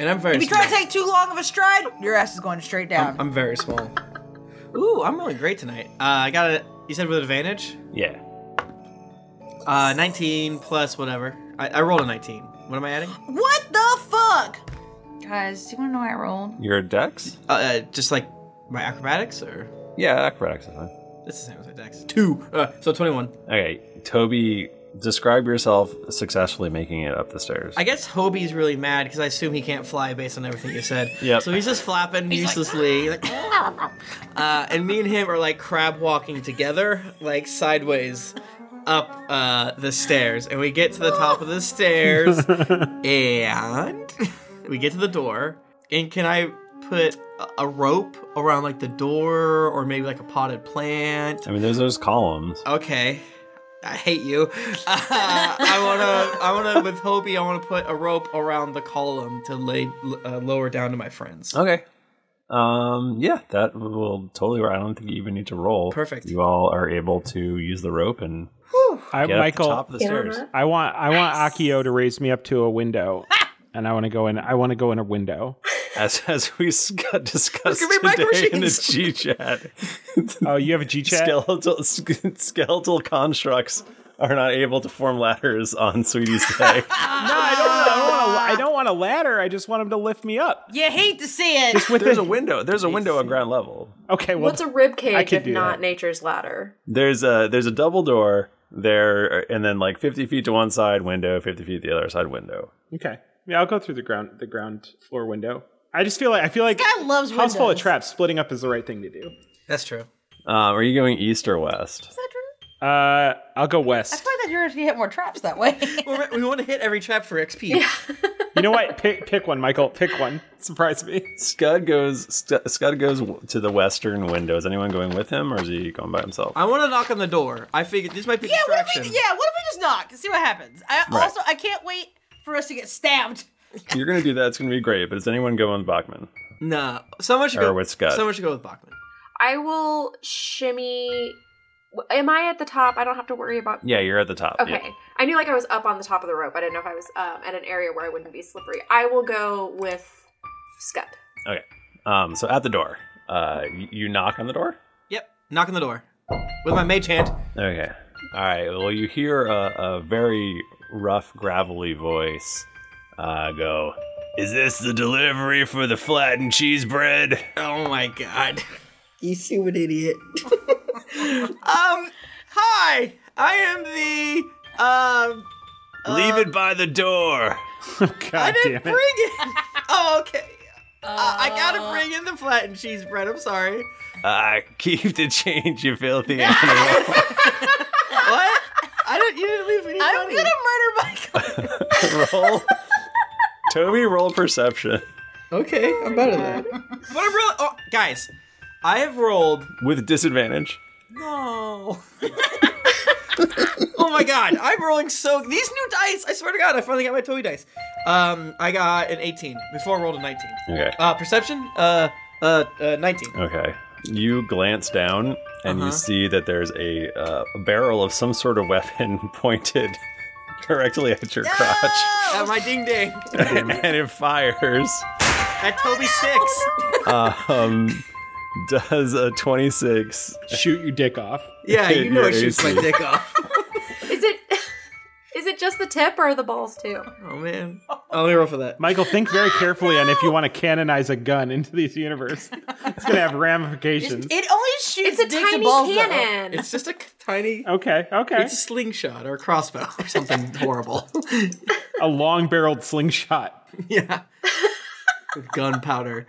[SPEAKER 4] and I'm very
[SPEAKER 3] If you
[SPEAKER 4] small.
[SPEAKER 3] try to take too long of a stride, your ass is going straight down.
[SPEAKER 4] I'm, I'm very small. Ooh, I'm rolling great tonight. Uh, I got it. You said with advantage.
[SPEAKER 1] Yeah.
[SPEAKER 4] Uh, 19 plus whatever. I, I rolled a 19. What am I adding?
[SPEAKER 3] What the fuck? Guys, do you want to know what I rolled?
[SPEAKER 1] Your dex?
[SPEAKER 4] Uh, uh, just like my acrobatics, or
[SPEAKER 1] Yeah, acrobatics is fine.
[SPEAKER 4] it's the same as my dex. Two. Uh, so 21.
[SPEAKER 1] Okay, Toby, describe yourself successfully making it up the stairs.
[SPEAKER 4] I guess Hobie's really mad because I assume he can't fly based on everything you said.
[SPEAKER 1] Yep.
[SPEAKER 4] So he's just flapping uselessly. Like, [laughs] uh, and me and him are like crab walking together, like sideways up uh, the stairs. And we get to the top of the stairs and [laughs] we get to the door. And can I put a- a rope around like the door or maybe like a potted plant?
[SPEAKER 1] I mean, there's those columns.
[SPEAKER 4] Okay. I hate you. [laughs] I wanna, I wanna with Hobie. I wanna put a rope around the column to lay uh, lower down to my friends.
[SPEAKER 1] Okay. Um, yeah, that will totally work. I don't think you even need to roll.
[SPEAKER 4] Perfect.
[SPEAKER 1] You all are able to use the rope and [laughs]
[SPEAKER 2] I,
[SPEAKER 1] get
[SPEAKER 2] Michael,
[SPEAKER 1] up the top of the stairs.
[SPEAKER 2] I want I want Akio to raise me up to a
[SPEAKER 3] [laughs]
[SPEAKER 2] window, and I want to go in. I want to go in a window. [laughs]
[SPEAKER 1] As as we s- got discussed
[SPEAKER 2] be micro
[SPEAKER 1] today in the
[SPEAKER 2] machines.
[SPEAKER 1] G chat.
[SPEAKER 2] [laughs] oh, you have a G chat.
[SPEAKER 1] Skeletal sk- skeletal constructs are not able to form ladders on Sweetie's [laughs] Day.
[SPEAKER 2] I don't want a ladder. I just want him to lift me up.
[SPEAKER 3] You hate to see it.
[SPEAKER 1] there's a window. There's a window on ground level.
[SPEAKER 2] Okay,
[SPEAKER 5] What's a rib
[SPEAKER 1] I
[SPEAKER 5] cage
[SPEAKER 1] could
[SPEAKER 5] if
[SPEAKER 1] do
[SPEAKER 5] not
[SPEAKER 1] that.
[SPEAKER 5] nature's ladder?
[SPEAKER 1] There's a there's a double door there, and then like 50 feet to one side window, 50 feet to the other side window.
[SPEAKER 2] Okay. Yeah, I'll go through the ground the ground floor window. I just feel like I feel like
[SPEAKER 3] guy loves
[SPEAKER 2] house full of
[SPEAKER 3] windows.
[SPEAKER 2] traps. Splitting up is the right thing to do.
[SPEAKER 4] That's true.
[SPEAKER 1] Um, are you going east or west? Is
[SPEAKER 3] that
[SPEAKER 2] true? Uh, I'll go
[SPEAKER 3] I [laughs]
[SPEAKER 2] west.
[SPEAKER 3] feel like that you're gonna hit more traps that way.
[SPEAKER 4] [laughs] we want to hit every trap for XP.
[SPEAKER 2] you know what? Pick pick one, Michael. Pick one. [laughs] Surprise me.
[SPEAKER 1] Scud goes. Sc- Scud goes w- to the western window. Is anyone going with him, or is he going by himself?
[SPEAKER 4] I want to knock on the door. I figured this might be a
[SPEAKER 3] yeah, what if
[SPEAKER 4] distraction.
[SPEAKER 3] we, yeah, what if we just knock and see what happens? I
[SPEAKER 1] Right.
[SPEAKER 3] also I can't wait for us to get stabbed.
[SPEAKER 1] You're going to do that. It's going to be great. But is anyone going with Bachman?
[SPEAKER 4] Nah, someone should
[SPEAKER 1] or
[SPEAKER 4] go
[SPEAKER 1] with Scud.
[SPEAKER 4] Someone should go with Bachman.
[SPEAKER 5] I will shimmy. Am I at the top? I don't have to worry about.
[SPEAKER 1] Yeah, you're at the top.
[SPEAKER 5] Okay.
[SPEAKER 1] Yeah.
[SPEAKER 5] I knew like I was up on the top of the rope. I didn't know if I was um, at an area where I wouldn't be slippery. I will go with Scud.
[SPEAKER 1] Okay. Um, so at the door, uh, y- you knock on the door.
[SPEAKER 4] Yep. Knock on the door with my mage hand.
[SPEAKER 1] Okay. All right. Well, you hear a, a very rough, gravelly voice uh, go, Is this the delivery for the flattened cheese bread?
[SPEAKER 4] Oh my god.
[SPEAKER 1] You stupid
[SPEAKER 3] [laughs]
[SPEAKER 1] idiot.
[SPEAKER 4] Um, hi. I am the um.
[SPEAKER 1] Leave it by the
[SPEAKER 4] [laughs]
[SPEAKER 1] door.
[SPEAKER 4] I didn't bring
[SPEAKER 3] [laughs]
[SPEAKER 4] it. oh, okay. Uh, I gotta bring in the flattened cheese bread. I'm sorry.
[SPEAKER 1] Uh, keep the change, you filthy
[SPEAKER 4] [laughs]
[SPEAKER 1] animal.
[SPEAKER 4] what? I don't. You didn't leave any
[SPEAKER 3] I'm
[SPEAKER 4] money.
[SPEAKER 3] gonna murder Michael.
[SPEAKER 1] roll. Toby, roll perception.
[SPEAKER 4] Okay, I'm better than. But I'm really. Oh, guys, I have rolled.
[SPEAKER 1] With disadvantage.
[SPEAKER 4] No. oh my god, I'm rolling so. These new dice. I swear to God, I finally got my Toby dice. Um, I got an 18 before I rolled a 19.
[SPEAKER 1] Okay.
[SPEAKER 4] Uh, perception. Uh, uh, uh 19.
[SPEAKER 1] Okay. You glance down and
[SPEAKER 4] Uh-huh.
[SPEAKER 1] you see that there's a, uh, a barrel of some sort of weapon [laughs] pointed directly at your crotch.
[SPEAKER 3] Oh.
[SPEAKER 4] At Uh, my ding ding.
[SPEAKER 1] [laughs] and it fires.
[SPEAKER 4] At Toby six.
[SPEAKER 1] Um, does a 26
[SPEAKER 2] shoot your dick off?
[SPEAKER 4] Yeah,
[SPEAKER 2] [laughs]
[SPEAKER 4] you know it shoots my dick off.
[SPEAKER 5] Is it? [laughs] Is it just the tip or the balls too?
[SPEAKER 4] Oh man. Oh, let me roll for that.
[SPEAKER 2] Michael, think
[SPEAKER 3] [laughs]
[SPEAKER 2] very carefully on if you want to canonize a gun into this universe. It's going to have ramifications.
[SPEAKER 3] It only shoots.
[SPEAKER 5] It's a
[SPEAKER 3] dicks and
[SPEAKER 5] tiny
[SPEAKER 3] balls, though.
[SPEAKER 5] cannon.
[SPEAKER 4] It's just a k- tiny.
[SPEAKER 2] Okay, okay.
[SPEAKER 4] It's a slingshot or a crossbow or something [laughs] horrible.
[SPEAKER 2] a long barreled
[SPEAKER 4] [laughs]
[SPEAKER 2] slingshot.
[SPEAKER 4] With gunpowder.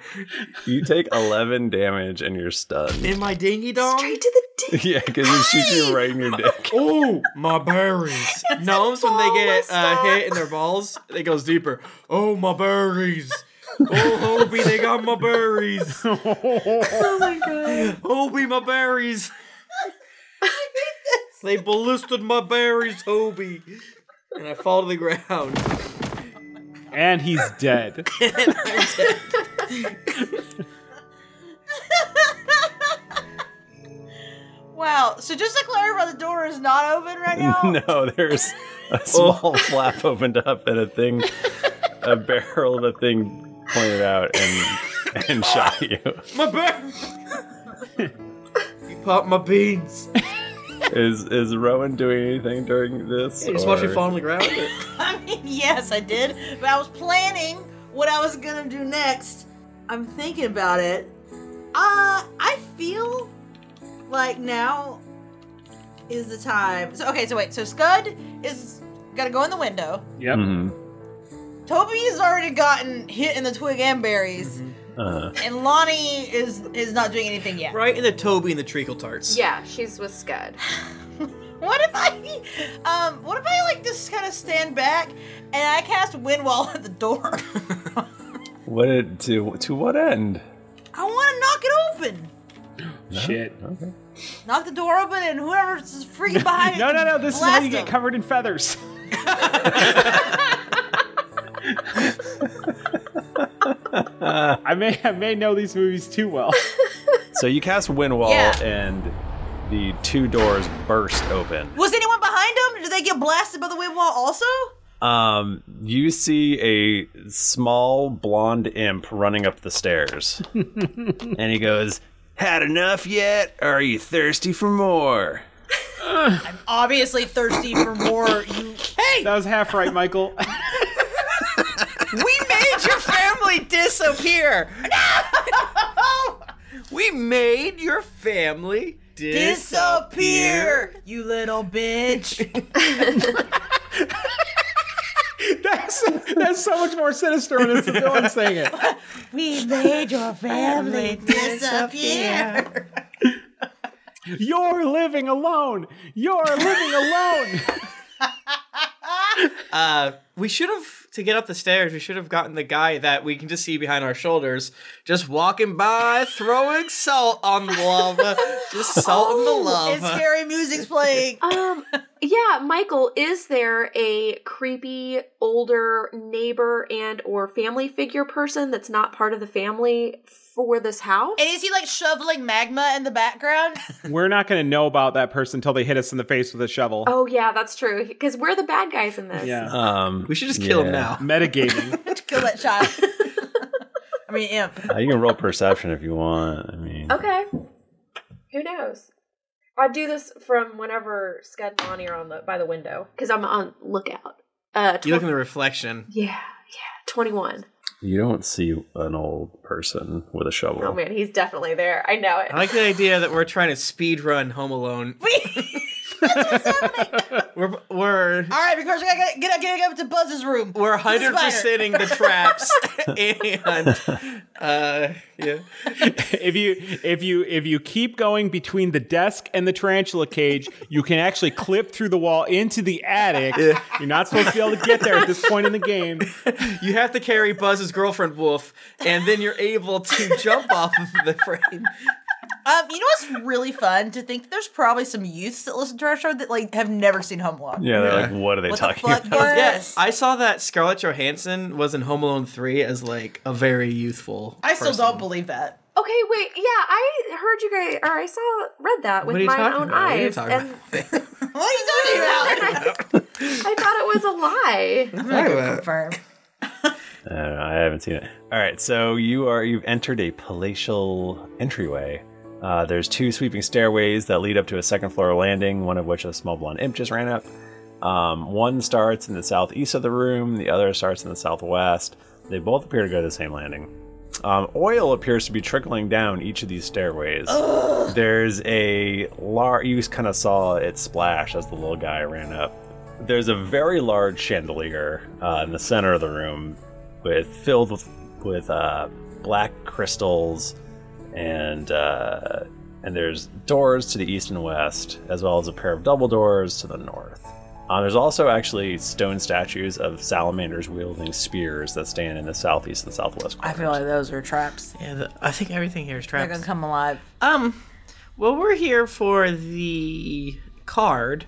[SPEAKER 1] You take 11 damage and you're stunned.
[SPEAKER 4] In my dingy dong. Straight
[SPEAKER 5] to the
[SPEAKER 1] [laughs] yeah, because it shoots you right in
[SPEAKER 4] [laughs]
[SPEAKER 1] your dick.
[SPEAKER 4] Oh, my berries. Gnomes, when they get uh, hit in their balls, it goes deeper. Oh, my berries. Oh, Hobie, they got my berries.
[SPEAKER 5] oh my god.
[SPEAKER 4] Hobie, my berries. they ballisted my berries, Hobie. And I fall to the ground.
[SPEAKER 2] And he's
[SPEAKER 4] [laughs]
[SPEAKER 2] dead. [laughs]
[SPEAKER 3] Wow. So just to clarify, the door is not
[SPEAKER 4] [laughs]
[SPEAKER 3] open right now.
[SPEAKER 1] [laughs] no, there's a small [laughs] flap opened up and a thing, a barrel of a thing pointed out and and shot you.
[SPEAKER 4] My berries. Pop my beans.
[SPEAKER 1] Is is Rowan doing anything during this?
[SPEAKER 4] He's watching
[SPEAKER 1] or-
[SPEAKER 4] Fall on the Ground.
[SPEAKER 3] [laughs] I mean, yes, I did, but I was planning what I was gonna do next. I'm thinking about it. Uh, I feel like now is the time. So okay, so wait, so Scud is gotta go in the window.
[SPEAKER 2] Yep.
[SPEAKER 3] Toby's already gotten hit in the twig and berries, and Lonnie is is not doing anything yet.
[SPEAKER 4] Right in the Toby and the treacle tarts.
[SPEAKER 5] Yeah, she's with Scud.
[SPEAKER 3] [sighs] What if I, um, what if I like just kind of stand back and I cast wind wall at the door?
[SPEAKER 1] What it, to to what end?
[SPEAKER 3] I want to knock it open.
[SPEAKER 2] Shit.
[SPEAKER 1] Okay.
[SPEAKER 3] Knock the door open and whoever's freaking behind
[SPEAKER 2] [laughs] No,
[SPEAKER 3] it.
[SPEAKER 2] no, no. This is how you
[SPEAKER 3] blast
[SPEAKER 2] get
[SPEAKER 3] them.
[SPEAKER 2] covered in feathers. I may I may know these movies too well.
[SPEAKER 1] Uh,
[SPEAKER 2] [laughs]
[SPEAKER 1] So you cast Wind Wall
[SPEAKER 3] Yeah.
[SPEAKER 1] and the two doors burst open.
[SPEAKER 3] Was anyone behind them? Did they get blasted by the wind wall
[SPEAKER 2] [laughs]
[SPEAKER 3] also?
[SPEAKER 1] Um, you see a small blonde imp running up the stairs, and he goes, "Had enough yet? Are you thirsty for more?"
[SPEAKER 3] I'm obviously thirsty for more. You [laughs] hey,
[SPEAKER 2] that was half right, Michael.
[SPEAKER 4] [laughs]
[SPEAKER 2] [laughs]
[SPEAKER 4] we made your family
[SPEAKER 2] [laughs]
[SPEAKER 4] disappear. we made your family disappear.
[SPEAKER 3] Disappear, you little bitch.
[SPEAKER 2] [laughs] that's that's so much more sinister when it's [laughs] the
[SPEAKER 4] [laughs]
[SPEAKER 2] villain saying it.
[SPEAKER 3] we made your family disappear.
[SPEAKER 2] You're living alone. You're living
[SPEAKER 4] [laughs]
[SPEAKER 2] alone.
[SPEAKER 4] Uh, we should have to get up the stairs. We should have gotten the guy that we can just see behind our shoulders, just walking by, throwing salt on the lava, just salt on the lava.
[SPEAKER 3] Oh, It's scary music's playing.
[SPEAKER 5] [laughs] um, yeah, Michael, is there a creepy older neighbor and or family figure person that's not part of the family for this house?
[SPEAKER 3] And is he like shoveling magma in the background?
[SPEAKER 2] We're not going to know about that person until they hit us in the face with a shovel.
[SPEAKER 5] Oh yeah, that's true. Because we're the bad guys in this.
[SPEAKER 2] Yeah.
[SPEAKER 1] Um,
[SPEAKER 4] we should just kill him now.
[SPEAKER 2] Metagaming.
[SPEAKER 3] [laughs] Kill that
[SPEAKER 5] [laughs]
[SPEAKER 3] child. I mean, imp.
[SPEAKER 1] Uh, you can roll perception if you want. I mean,
[SPEAKER 5] Okay. Who knows? I do this from whenever Scud and Lonnie are on the by the window because I'm on lookout. Uh,
[SPEAKER 4] You look in the reflection.
[SPEAKER 5] yeah, yeah, twenty one.
[SPEAKER 1] you don't see an old person with a shovel.
[SPEAKER 5] Oh man, he's definitely there. I know it.
[SPEAKER 4] I like the idea that we're trying to speed run Home
[SPEAKER 3] [laughs]
[SPEAKER 4] Alone. we're we're
[SPEAKER 3] All right, because we gotta get, get, get up to Buzz's room.
[SPEAKER 4] we're
[SPEAKER 3] With the
[SPEAKER 4] hundred percenting the traps, and uh, yeah,
[SPEAKER 2] [laughs] if you if you if you keep going between the desk and the tarantula cage, you can actually clip through the wall into the attic. You're not supposed to be able to get there at this point in the game.
[SPEAKER 4] you have to carry Buzz's girlfriend Wolf, and then you're able to jump off of the frame.
[SPEAKER 3] Um, you know what's really fun to think that there's probably some youths that listen to our show that like have never seen Home Alone.
[SPEAKER 1] Yeah, they're
[SPEAKER 4] Yeah.
[SPEAKER 1] like, what are they
[SPEAKER 3] What the
[SPEAKER 1] talking
[SPEAKER 3] fuck?
[SPEAKER 1] about?
[SPEAKER 3] Yes.
[SPEAKER 4] I saw that Scarlett Johansson was in Home Alone three as like a very youthful.
[SPEAKER 3] I still
[SPEAKER 4] person.
[SPEAKER 3] don't believe that.
[SPEAKER 5] Okay, wait. Yeah, I heard you guys, or I saw, read that
[SPEAKER 4] What are
[SPEAKER 5] with
[SPEAKER 4] you
[SPEAKER 5] my
[SPEAKER 4] talking
[SPEAKER 5] own
[SPEAKER 4] about? What are you
[SPEAKER 5] eyes,
[SPEAKER 4] talking
[SPEAKER 5] and
[SPEAKER 3] [laughs] What are you talking about?
[SPEAKER 2] [laughs]
[SPEAKER 5] I thought it was a
[SPEAKER 4] [laughs]
[SPEAKER 5] lie.
[SPEAKER 3] I'm not gonna confirm.
[SPEAKER 1] I, don't know, Uh, I haven't seen it. All right, so you are you've entered a palatial entryway. Uh, there's two sweeping stairways that lead up to a second floor landing, one of which a small blonde imp just ran up. Um, one starts in the southeast of the room, the other starts in the southwest. They both appear to go to the same landing. Um, oil appears to be trickling down each of these stairways. There's a large, you kind of saw it splash as the little guy ran up. There's a very large chandelier uh, in the center of the room with filled with with uh, black crystals and uh, and there's doors to the east and west as well as a pair of double doors to the north uh, there's also actually stone statues of salamanders wielding spears that stand in the southeast and southwest corners.
[SPEAKER 3] like those are traps.
[SPEAKER 4] Yeah, the, I think everything here is
[SPEAKER 3] They're
[SPEAKER 4] traps.
[SPEAKER 3] gonna come alive.
[SPEAKER 4] Um, well, we're here for the card,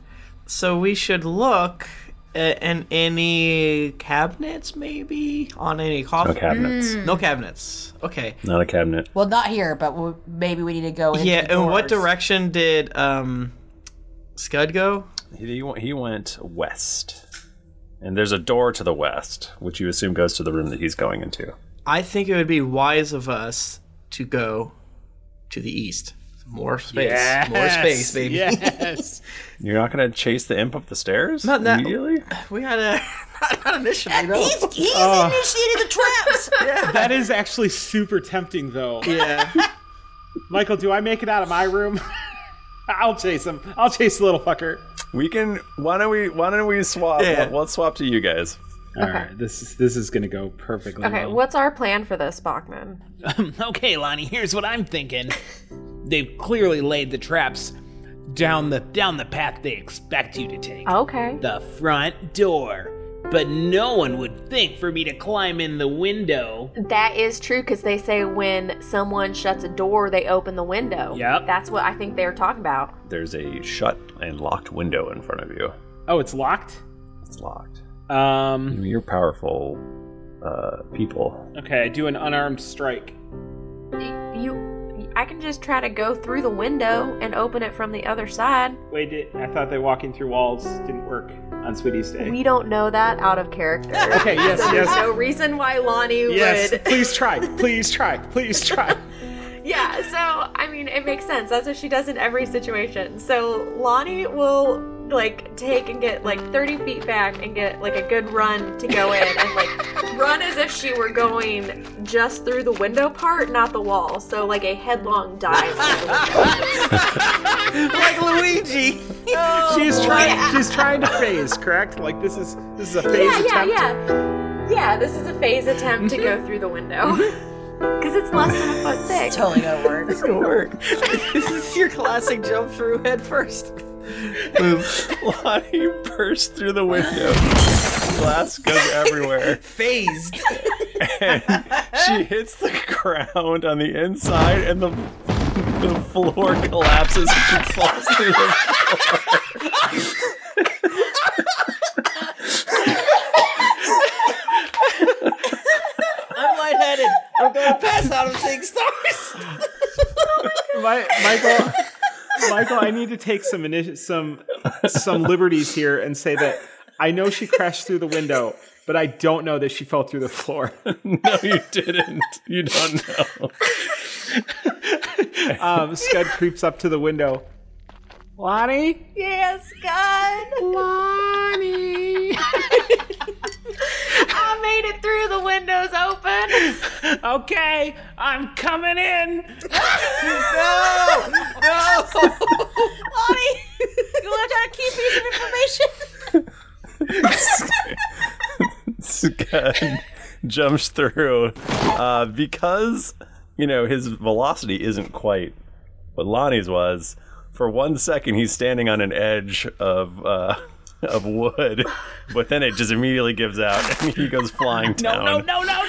[SPEAKER 4] so we should look at, in any cabinets, maybe on any
[SPEAKER 1] no
[SPEAKER 4] coffin.
[SPEAKER 1] cabinets
[SPEAKER 3] Mm.
[SPEAKER 4] No cabinets. Okay.
[SPEAKER 1] not a cabinet
[SPEAKER 3] Well, not here, but we maybe we need to go. Into
[SPEAKER 4] yeah.
[SPEAKER 3] the
[SPEAKER 4] And what
[SPEAKER 3] doors.
[SPEAKER 4] direction did um Scud go?
[SPEAKER 1] he, he went west and there's a door to the west which you assume goes to the room that he's going into
[SPEAKER 4] I think it would be wise of us to go to the east. More space. More space, baby.
[SPEAKER 2] [laughs] Yes.
[SPEAKER 1] You're not gonna chase the imp up the stairs?
[SPEAKER 4] Not that-
[SPEAKER 1] immediately?
[SPEAKER 4] [sighs] We had a [laughs] not, not initially. Uh, No.
[SPEAKER 3] He's, he's
[SPEAKER 2] Oh.
[SPEAKER 3] initiated
[SPEAKER 4] [laughs]
[SPEAKER 3] the traps.
[SPEAKER 2] that is actually super tempting, though.
[SPEAKER 4] Yeah.
[SPEAKER 2] [laughs] Michael, do I make it out of my room? [laughs] I'll chase him. I'll chase the little fucker.
[SPEAKER 1] We can. Why don't we? Why don't we swap?
[SPEAKER 2] Yeah.
[SPEAKER 1] Let's swap to you guys.
[SPEAKER 2] All right, this is this is gonna go perfectly.
[SPEAKER 5] Okay,
[SPEAKER 2] well.
[SPEAKER 5] what's our plan for this, Bachman?
[SPEAKER 8] [laughs] okay, Lonnie, here's what I'm thinking. They've clearly laid the traps down the down the path they expect you to take.
[SPEAKER 5] Okay.
[SPEAKER 8] The front door. But no one would think for me to climb in the window.
[SPEAKER 5] That is true because they say when someone shuts a door, they open the window.
[SPEAKER 1] Yep.
[SPEAKER 5] That's what I think they're talking about.
[SPEAKER 1] There's a shut and locked window in front of you.
[SPEAKER 2] Oh, it's locked.
[SPEAKER 1] It's locked.
[SPEAKER 2] Um.
[SPEAKER 1] You're powerful uh, people.
[SPEAKER 2] Okay, I do an unarmed strike.
[SPEAKER 5] You, I can just try to go through the window and open it from the other side.
[SPEAKER 2] Wait, did, I thought that walking through walls didn't work on Sweetie's Day.
[SPEAKER 5] We don't know that out of character.
[SPEAKER 2] [laughs] Okay, yes,
[SPEAKER 5] so There's
[SPEAKER 2] yes.
[SPEAKER 5] no reason why Lonnie
[SPEAKER 2] Yes,
[SPEAKER 5] would.
[SPEAKER 2] please try. Please try. Please
[SPEAKER 5] [laughs]
[SPEAKER 2] try.
[SPEAKER 5] Yeah, so I mean, it makes sense. That's what she does in every situation. So Lonnie will like take and get like 30 feet back and get like a good run to go in and
[SPEAKER 2] [laughs]
[SPEAKER 5] like run as if she were going just through the window part, not the wall. So like a headlong dive.
[SPEAKER 2] [laughs] like
[SPEAKER 4] Luigi.
[SPEAKER 2] she's trying.
[SPEAKER 5] Oh, yeah.
[SPEAKER 2] She's trying to phase, correct? Like this is this is a phase
[SPEAKER 5] yeah, yeah,
[SPEAKER 2] attempt.
[SPEAKER 5] yeah. Yeah, this is a phase attempt to go through the window. Because it's less than a foot thick. It's
[SPEAKER 3] totally gonna work.
[SPEAKER 4] It's gonna work. [laughs] this is your classic jump through head first.
[SPEAKER 1] Lonnie burst through the window. Glass goes
[SPEAKER 8] [laughs]
[SPEAKER 1] everywhere.
[SPEAKER 4] Phased.
[SPEAKER 1] And she hits the ground on the inside, and the the floor collapses. And she falls through the [laughs]
[SPEAKER 4] [laughs] I'm lightheaded. I'm gonna pass out of seeing stars.
[SPEAKER 2] My, Michael, Michael, I need to take some initi- some some liberties here and say that I know she crashed through the window, but I don't know that she fell through the floor.
[SPEAKER 1] [laughs] no, you didn't. You don't know.
[SPEAKER 2] [laughs] Um, Scud creeps up to the window. Lonnie?
[SPEAKER 3] [laughs] Yes, God.
[SPEAKER 2] Lonnie.
[SPEAKER 3] [laughs] I made it through. The windows open.
[SPEAKER 8] Okay, I'm coming in.
[SPEAKER 4] no, no.
[SPEAKER 3] Lonnie, you want to try to keep piece of information?
[SPEAKER 1] Scud jumps through uh, because you know his velocity isn't quite what Lonnie's was. For one second, he's standing on an edge of uh, [laughs] of wood, but then it just immediately gives out and he goes flying down.
[SPEAKER 8] No, no, no, no, no.
[SPEAKER 1] [laughs]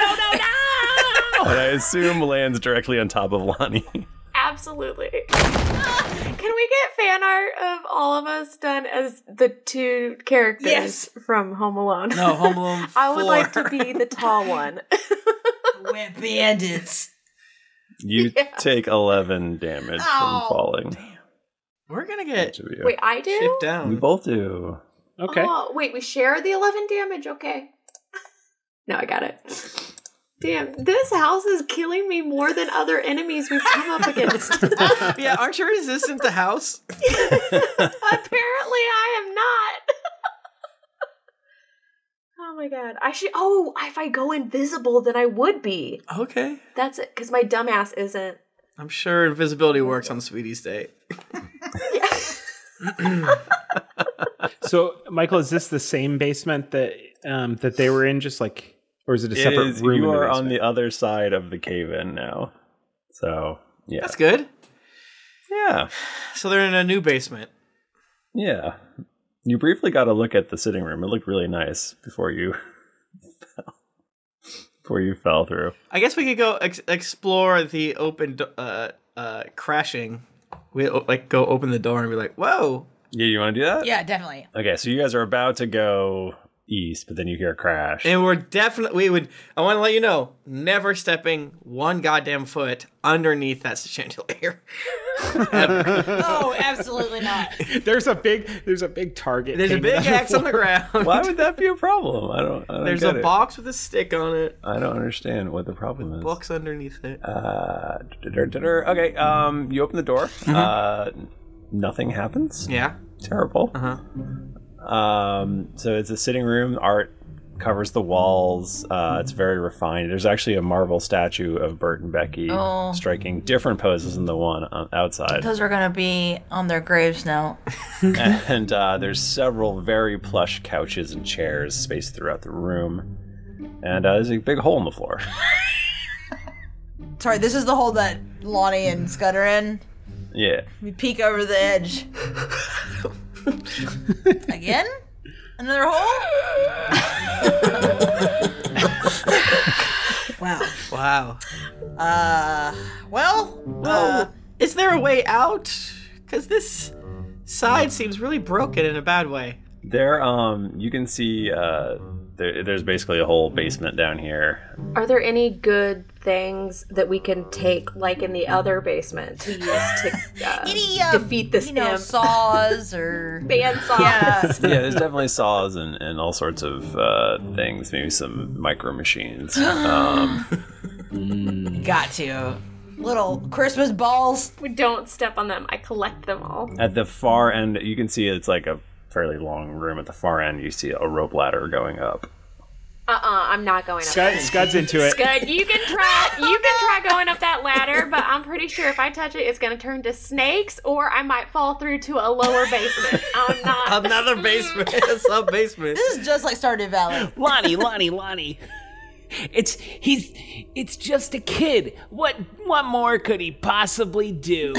[SPEAKER 1] And I assume lands directly on top of Lonnie. [laughs]
[SPEAKER 5] Absolutely. [laughs] Can we get fan art of all of us done as the two characters
[SPEAKER 3] Yes.
[SPEAKER 5] from Home Alone?
[SPEAKER 4] No, Home Alone
[SPEAKER 5] [laughs] I would like
[SPEAKER 4] four.
[SPEAKER 5] to be the tall one.
[SPEAKER 3] We're bandits.
[SPEAKER 4] [laughs]
[SPEAKER 1] You take eleven damage
[SPEAKER 5] Ow.
[SPEAKER 1] from falling.
[SPEAKER 4] Oh, We're gonna get
[SPEAKER 5] Wait, I do?
[SPEAKER 4] shipped down.
[SPEAKER 1] We both do.
[SPEAKER 5] Oh, wait, we share the 11 damage. Okay. No, I got it. Damn, this house is killing me more than other enemies we've come up
[SPEAKER 3] [laughs]
[SPEAKER 5] against. Apparently,
[SPEAKER 4] yeah, aren't you resistant to house?
[SPEAKER 5] I am not. oh my god. I should. Oh, if I go invisible, then I would be.
[SPEAKER 4] Okay.
[SPEAKER 5] That's it, because my dumbass isn't.
[SPEAKER 4] I'm sure invisibility works on Sweetie's Day.
[SPEAKER 2] So, Michael, is this the same basement that um, that they were in? Just like, or is it a
[SPEAKER 1] It
[SPEAKER 2] separate
[SPEAKER 1] is-
[SPEAKER 2] room?
[SPEAKER 1] You
[SPEAKER 2] in the
[SPEAKER 1] are
[SPEAKER 2] basement?
[SPEAKER 1] on the other side of the cave in now. So yeah.
[SPEAKER 4] That's good.
[SPEAKER 1] Yeah.
[SPEAKER 4] So they're in a new basement.
[SPEAKER 1] Yeah. You briefly got a look at the sitting room. It looked really nice before you [laughs] before you fell through.
[SPEAKER 4] I guess we could go ex- explore the open do- uh, uh, crashing. We o- like go open the door and be like, "Whoa!"
[SPEAKER 1] Yeah, you want to do that?
[SPEAKER 3] Yeah, definitely.
[SPEAKER 1] Okay, so you guys are about to go east, but then you hear a crash.
[SPEAKER 4] And we're definitely we would. I want to let you know, never stepping one goddamn foot underneath that chandelier. [laughs]
[SPEAKER 1] [laughs]
[SPEAKER 3] oh, absolutely not.
[SPEAKER 2] [laughs] There's a big there's a big target.
[SPEAKER 4] There's a
[SPEAKER 2] hanging
[SPEAKER 4] big
[SPEAKER 2] the
[SPEAKER 4] axe on the
[SPEAKER 2] floor.
[SPEAKER 4] ground.
[SPEAKER 1] Why would that be a problem? I don't. I don't
[SPEAKER 4] There's
[SPEAKER 1] get
[SPEAKER 4] a
[SPEAKER 1] it.
[SPEAKER 4] box with a stick on it.
[SPEAKER 1] I don't understand what the problem is.
[SPEAKER 4] Box underneath it.
[SPEAKER 1] Uh, da-da-da-da. okay. Um, you open the door. Uh, nothing happens.
[SPEAKER 4] Mm-hmm. Yeah.
[SPEAKER 1] Terrible.
[SPEAKER 4] Uh
[SPEAKER 1] huh. Um, so it's a sitting room. Art covers the walls. Uh, it's very refined. There's actually a marble statue of Bert and Becky
[SPEAKER 3] Oh.
[SPEAKER 1] striking different poses than the one uh, outside.
[SPEAKER 3] Those are gonna be on their graves now.
[SPEAKER 1] [laughs] and uh, there's several very plush couches and chairs spaced throughout the room. And uh, there's a big hole in the floor. [laughs]
[SPEAKER 3] Sorry, this is the hole that Lonnie and Scud are in.
[SPEAKER 1] yeah.
[SPEAKER 3] We peek over the edge. Again? Another hole? wow.
[SPEAKER 4] Wow.
[SPEAKER 3] Uh, well,
[SPEAKER 4] Well, uh, is there a way out? Because this side seems really broken in a bad way.
[SPEAKER 1] There, um, you can see uh, there, there's basically a whole basement down here.
[SPEAKER 5] Are there any good things that we can take, like in the other basement, to use to uh, defeat this
[SPEAKER 3] um, you know,
[SPEAKER 5] imp? [laughs]
[SPEAKER 3] saws or
[SPEAKER 5] band saws?
[SPEAKER 1] [laughs] yeah, there's definitely saws and, and all sorts of uh, things. Maybe some micro machines. Um,
[SPEAKER 3] Got to. Little Christmas balls.
[SPEAKER 5] We don't step on them. I collect them all.
[SPEAKER 1] at the far end, you can see it's like a fairly long room. At the far end, you see a rope ladder going up.
[SPEAKER 5] Uh uh-uh, uh, i am not going up.
[SPEAKER 1] Scud-
[SPEAKER 5] there.
[SPEAKER 1] Scud's into it.
[SPEAKER 5] Scud, you can try. You can try going up that ladder, but I'm pretty sure if I touch it, it's going to turn to snakes, or I might fall through to a lower basement. I'm not.
[SPEAKER 4] Another basement. [laughs] A sub basement.
[SPEAKER 3] This is just like Stardew Valley.
[SPEAKER 8] Lonnie, Lonnie, Lonnie. It's he's it's just a kid. What what more could he possibly do?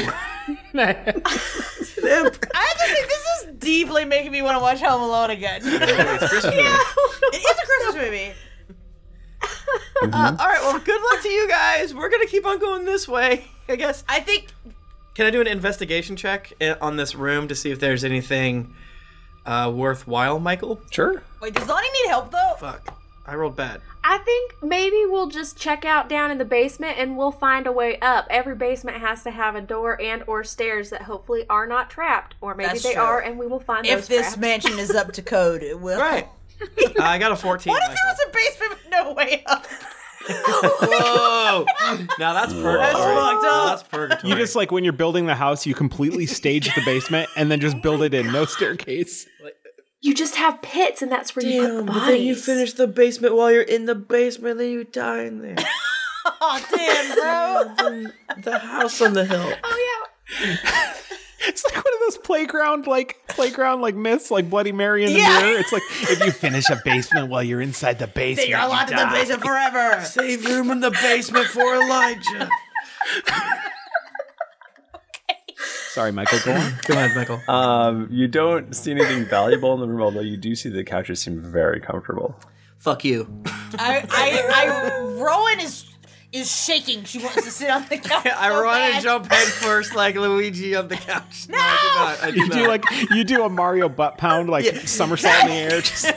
[SPEAKER 3] I have to say, this is deeply making me want to watch Home Alone again. [laughs] yeah, it is a Christmas movie.
[SPEAKER 4] Uh, all right. Well, good luck to you guys. We're gonna keep on going this way. I guess.
[SPEAKER 3] I think.
[SPEAKER 4] Can I do an investigation check i- on this room to see if there's anything uh, worthwhile, Michael?
[SPEAKER 1] Sure.
[SPEAKER 3] [laughs] Wait, does Lonnie need help though?
[SPEAKER 4] Fuck. I rolled bad.
[SPEAKER 5] I think maybe we'll just check out down in the basement, and we'll find a way up. Every basement has to have a door and or stairs that hopefully are not trapped, or maybe
[SPEAKER 3] That's
[SPEAKER 5] they
[SPEAKER 3] true.
[SPEAKER 5] are, and we will find
[SPEAKER 3] If
[SPEAKER 5] those
[SPEAKER 3] this
[SPEAKER 5] traps.
[SPEAKER 3] mansion is up to code, it will. Right.
[SPEAKER 4] Uh, I got a fourteen.
[SPEAKER 3] What if there was a basement with no way up?
[SPEAKER 4] Whoa! now that's purgatory.
[SPEAKER 2] That's fucked
[SPEAKER 4] Now That's purgatory.
[SPEAKER 2] You just like when you're building the house, you completely
[SPEAKER 3] [laughs]
[SPEAKER 2] stage the basement and then just build it in no staircase.
[SPEAKER 5] You just have pits, and that's where you put the
[SPEAKER 4] but then you
[SPEAKER 5] bodies.
[SPEAKER 4] finish the basement while you're in the basement, then you die in
[SPEAKER 3] [laughs]
[SPEAKER 4] there.
[SPEAKER 3] oh damn, bro!
[SPEAKER 4] [laughs]
[SPEAKER 3] Oh,
[SPEAKER 4] the house on the hill. [laughs]
[SPEAKER 2] It's like one of those playground like playground like myths, like Bloody Mary in the
[SPEAKER 3] Yeah.
[SPEAKER 2] mirror. It's like if
[SPEAKER 3] [laughs]
[SPEAKER 2] you finish a basement while you're inside the basement,
[SPEAKER 3] Then you're locked
[SPEAKER 2] you
[SPEAKER 3] in the
[SPEAKER 2] die.
[SPEAKER 3] basement forever.
[SPEAKER 4] [laughs] Save room in the basement for
[SPEAKER 3] [laughs]
[SPEAKER 4] Elijah.
[SPEAKER 2] Sorry, Michael, go on.
[SPEAKER 4] Go ahead, Michael.
[SPEAKER 1] Um, you don't see anything valuable in the room, although you do see the couches seem very comfortable.
[SPEAKER 4] Fuck you.
[SPEAKER 3] I, [laughs] I, I, Rowan is is shaking. She wants to sit on
[SPEAKER 4] [laughs]
[SPEAKER 3] the couch.
[SPEAKER 4] I want
[SPEAKER 3] so
[SPEAKER 4] to
[SPEAKER 3] bad. [laughs]
[SPEAKER 4] jump head first like Luigi on the couch. No, I
[SPEAKER 2] [laughs]
[SPEAKER 4] do
[SPEAKER 2] You
[SPEAKER 4] not. I do
[SPEAKER 2] do
[SPEAKER 4] not.
[SPEAKER 2] like you do a Mario butt pound, like somersault in the air. Just,